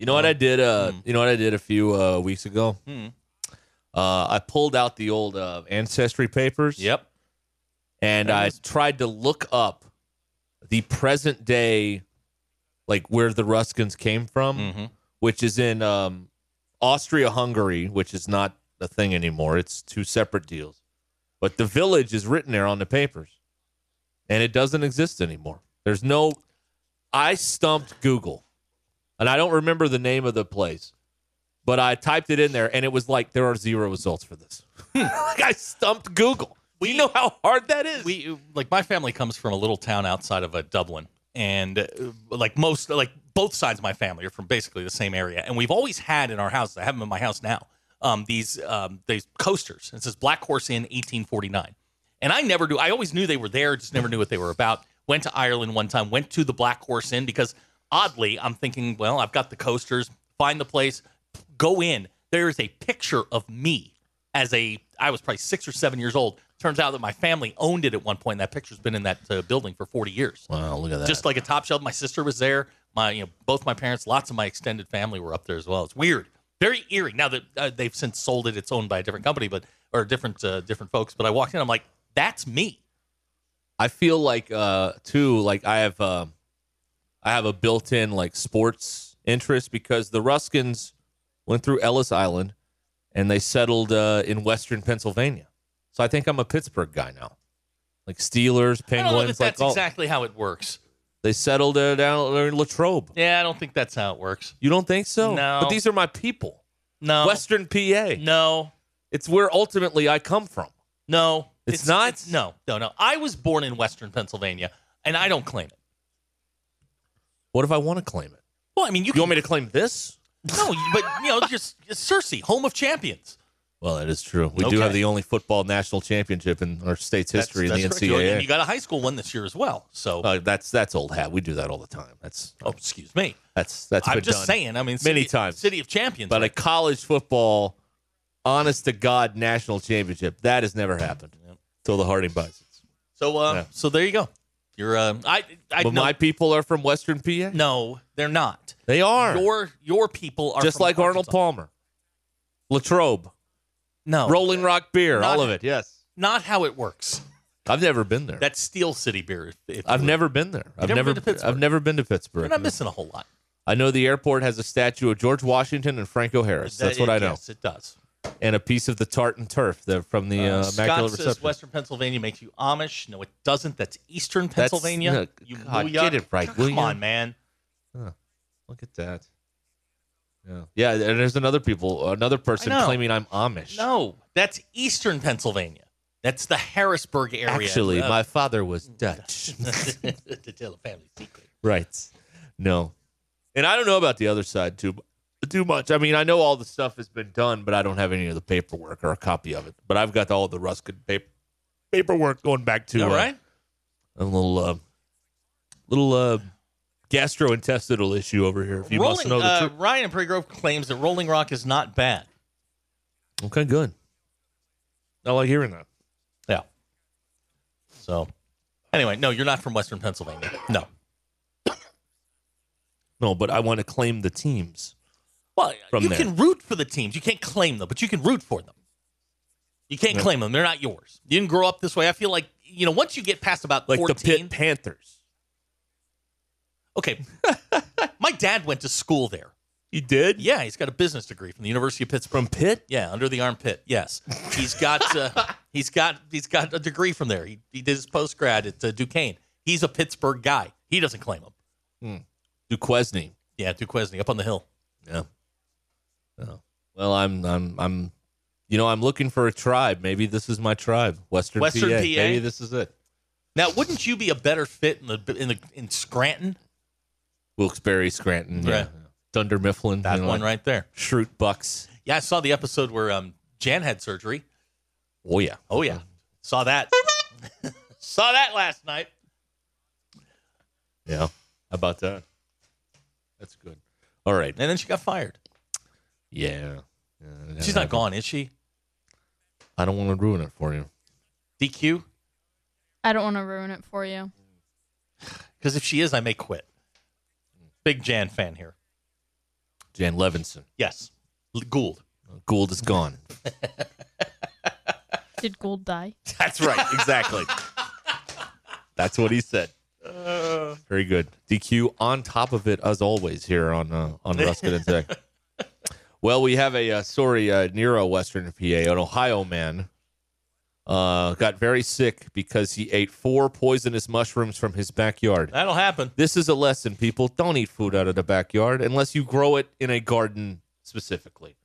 S3: You know what I did? Uh, You know what I did a few uh, weeks ago? Uh, I pulled out the old uh, ancestry papers.
S4: Yep.
S3: and I tried to look up the present day, like where the Ruskins came from, which is in um, Austria Hungary, which is not a thing anymore. It's two separate deals, but the village is written there on the papers, and it doesn't exist anymore. There's no. I stumped Google, and I don't remember the name of the place. But I typed it in there, and it was like there are zero results for this. like I stumped Google. We you know how hard that is.
S4: we like my family comes from a little town outside of uh, Dublin, and uh, like most like both sides of my family are from basically the same area, and we've always had in our house. I have them in my house now. Um, these um, these coasters. It says Black Horse Inn, 1849, and I never do. I always knew they were there, just never knew what they were about. Went to Ireland one time. Went to the Black Horse Inn because oddly, I'm thinking, well, I've got the coasters. Find the place, go in. There is a picture of me as a I was probably six or seven years old. Turns out that my family owned it at one point. That picture's been in that uh, building for 40 years.
S3: Wow, look at that.
S4: Just like a top shelf. My sister was there. My, you know, both my parents, lots of my extended family were up there as well. It's weird, very eerie. Now that uh, they've since sold it, it's owned by a different company, but or different uh, different folks. But I walked in, I'm like, that's me.
S3: I feel like uh too like I have um I have a built-in like sports interest because the Ruskins went through Ellis Island and they settled uh in western Pennsylvania. So I think I'm a Pittsburgh guy now. Like Steelers,
S4: I don't know
S3: Penguins,
S4: that that's
S3: like all
S4: exactly how it works.
S3: they settled uh, down in Latrobe.
S4: Yeah, I don't think that's how it works.
S3: You don't think so?
S4: No.
S3: But these are my people.
S4: No,
S3: Western PA.
S4: no,
S3: It's where ultimately I come from.
S4: no.
S3: It's not?
S4: no, no, no. I was born in Western Pennsylvania, and I don't claim it.
S3: What if I want to claim it?
S4: Well, I mean, you,
S3: You want me to claim this?
S4: can, no, you- but you know, just Cersei, home of champions.
S3: Well, that is true. We do
S4: Okay.
S3: have the only football national championship in our state's
S4: That's-
S3: history
S4: that's
S3: in the
S4: correct. You-
S3: NCAA.
S4: And you got a high school one this year as well. So,
S3: Uh, that's that's old hat. We do that all the time. That's
S4: oh, excuse me.
S3: that's that's.
S4: I'm
S3: been
S4: just
S3: done.
S4: saying. I mean,
S3: Many
S4: city-
S3: times.
S4: city of champions.
S3: But a college football, honest to god, national championship that has never happened until the Harding Bisons.
S4: so, uh,
S3: Yeah.
S4: so there you go. You're, um, I, I
S3: But
S4: no,
S3: my people are from Western PA.
S4: no, they're not.
S3: They are
S4: Your, your people are
S3: just
S4: from
S3: like Arnold
S4: Arkansas.
S3: Palmer, Latrobe,
S4: No,
S3: Rolling Rock beer,
S4: Oh. Not-
S3: all of it. Yes,
S4: not how it works.
S3: I've never been there.
S4: That's Steel City beer. If, if
S3: I've
S4: you-
S3: never been there. I've
S4: never
S3: never.
S4: been to Pittsburgh?
S3: I've never been to Pittsburgh.
S4: You're not missing a whole lot.
S3: I know the airport has a statue of George Washington and Franco Harris. That's what I know.
S4: Yes, it does.
S3: And a piece of the tartan turf that from the uh,
S4: Scott
S3: Immaculate
S4: says
S3: Reception.
S4: Western Pennsylvania makes you Amish. No, it doesn't. That's Eastern
S3: That's-
S4: Pennsylvania.
S3: no,
S4: you
S3: God,
S4: booyah.
S3: get it right,
S4: Come
S3: will you?
S4: on, man.
S3: Huh. Look at that. Yeah. Yeah, and there's another people, another person
S4: know.
S3: claiming I'm Amish.
S4: No, that's Eastern Pennsylvania. That's the Harrisburg area.
S3: Actually,
S4: Uh,
S3: my father was Dutch.
S4: to tell a family secret.
S3: right. No. And I don't know about the other side too too much. I mean, I know all the stuff has been done, but I don't have any of the paperwork or a copy of it. But I've got all the Ruskin paper paperwork going back to
S4: All
S3: uh,
S4: right.
S3: a little uh, little uh, gastrointestinal issue over here. If you must
S4: Rolling,
S3: know the
S4: uh,
S3: truth.
S4: Ryan in Prairie Grove claims that Rolling Rock is not bad. uh,
S3: Okay, good. I like hearing that.
S4: Yeah. So, anyway, no, you're not from Western Pennsylvania. No.
S3: No, but I want to claim the teams.
S4: Well,
S3: From
S4: you
S3: there.
S4: can root for the teams. You can't claim them, but you can root for them. You can't
S3: Yeah.
S4: claim them. They're not yours. You didn't grow up this way. I feel like, you know, once you get past about
S3: Like
S4: 14.
S3: the Pitt Panthers.
S4: okay. My dad went to school there.
S3: He did?
S4: Yeah, he's got a business degree from the University of Pittsburgh.
S3: From Pitt?
S4: Yeah, under the armpit. Yes, he's got uh, he's got he's got a degree from there. He, he did his post grad at uh, Duquesne. He's a Pittsburgh guy. He doesn't claim him.
S3: Duquesne.
S4: Yeah, Duquesne up on the hill.
S3: Yeah. Oh. Well, I'm I'm I'm you know, I'm looking for a tribe. Maybe this is my tribe. Western,
S4: Western
S3: PA.
S4: PA?
S3: Maybe this is it.
S4: Now, wouldn't you be a better fit in the in the in Scranton?
S3: Wilkes-Barre, Scranton, yeah.
S4: Right.
S3: Thunder Mifflin.
S4: That
S3: you know,
S4: one
S3: like
S4: right there.
S3: Shroot Bucks.
S4: Yeah, I saw the episode where um, Jan had surgery.
S3: Oh yeah.
S4: Oh yeah, saw that. saw that last night.
S3: Yeah. How about that? That's good. All right.
S4: And then she got fired.
S3: Yeah. Yeah, that
S4: She's not
S3: happened.
S4: gone, is she?
S3: I don't want to ruin it for you.
S4: DQ?
S5: I don't want to ruin it for you.
S4: Because if she is, I may quit. Big Jan fan here.
S3: Jan Levinson.
S4: Yes, L- Gould.
S3: Gould is gone.
S5: Did Gould die?
S3: That's right. Exactly. That's what he said. Very good. DQ on top of it as always here on uh, on Ruskin and Tech. Well, we have a uh, sorry uh, near a Western PA, an Ohio man, uh, got very sick because he ate four poisonous mushrooms from his backyard.
S4: That'll happen.
S3: This is a lesson, people. Don't eat food out of the backyard unless you grow it in a garden specifically.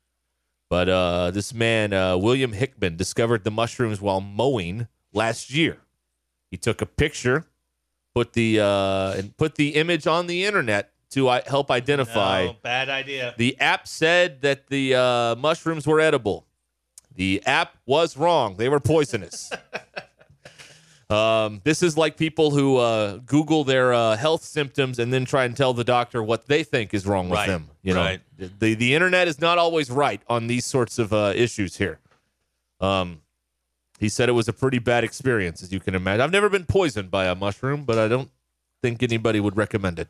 S3: But uh, this man, uh, William Hickman, discovered the mushrooms while mowing last year. He took a picture, put the uh, and put the image on the internet to I- help identify.
S4: No, bad idea.
S3: The app said that the uh, mushrooms were edible. The app was wrong. They were poisonous. um, this is like people who uh, Google their uh, health symptoms and then try and tell the doctor what they think is wrong with
S4: Right,
S3: them. You know,
S4: right.
S3: the the internet is not always right on these sorts of uh, issues here. Um, he said it was a pretty bad experience, as you can imagine. I've never been poisoned by a mushroom, but I don't think anybody would recommend it.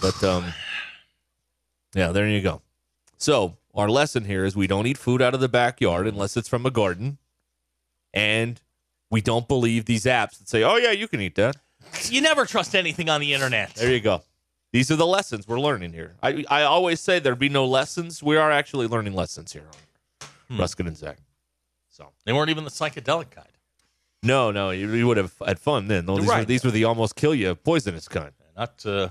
S3: But um, yeah, there you go. So our lesson here is we don't eat food out of the backyard unless it's from a garden, and we don't believe these apps that say, "Oh yeah, you can eat that."
S4: You never trust anything on the internet.
S3: There you go. These are the lessons we're learning here. I I always say there'd be no lessons. We are actually learning lessons here on Ruskin and Zach.
S4: They weren't even the psychedelic kind.
S3: No, no, you, you would have had fun then. No, these, were,
S4: Right.
S3: these were the almost kill you poisonous kind.
S4: Not uh,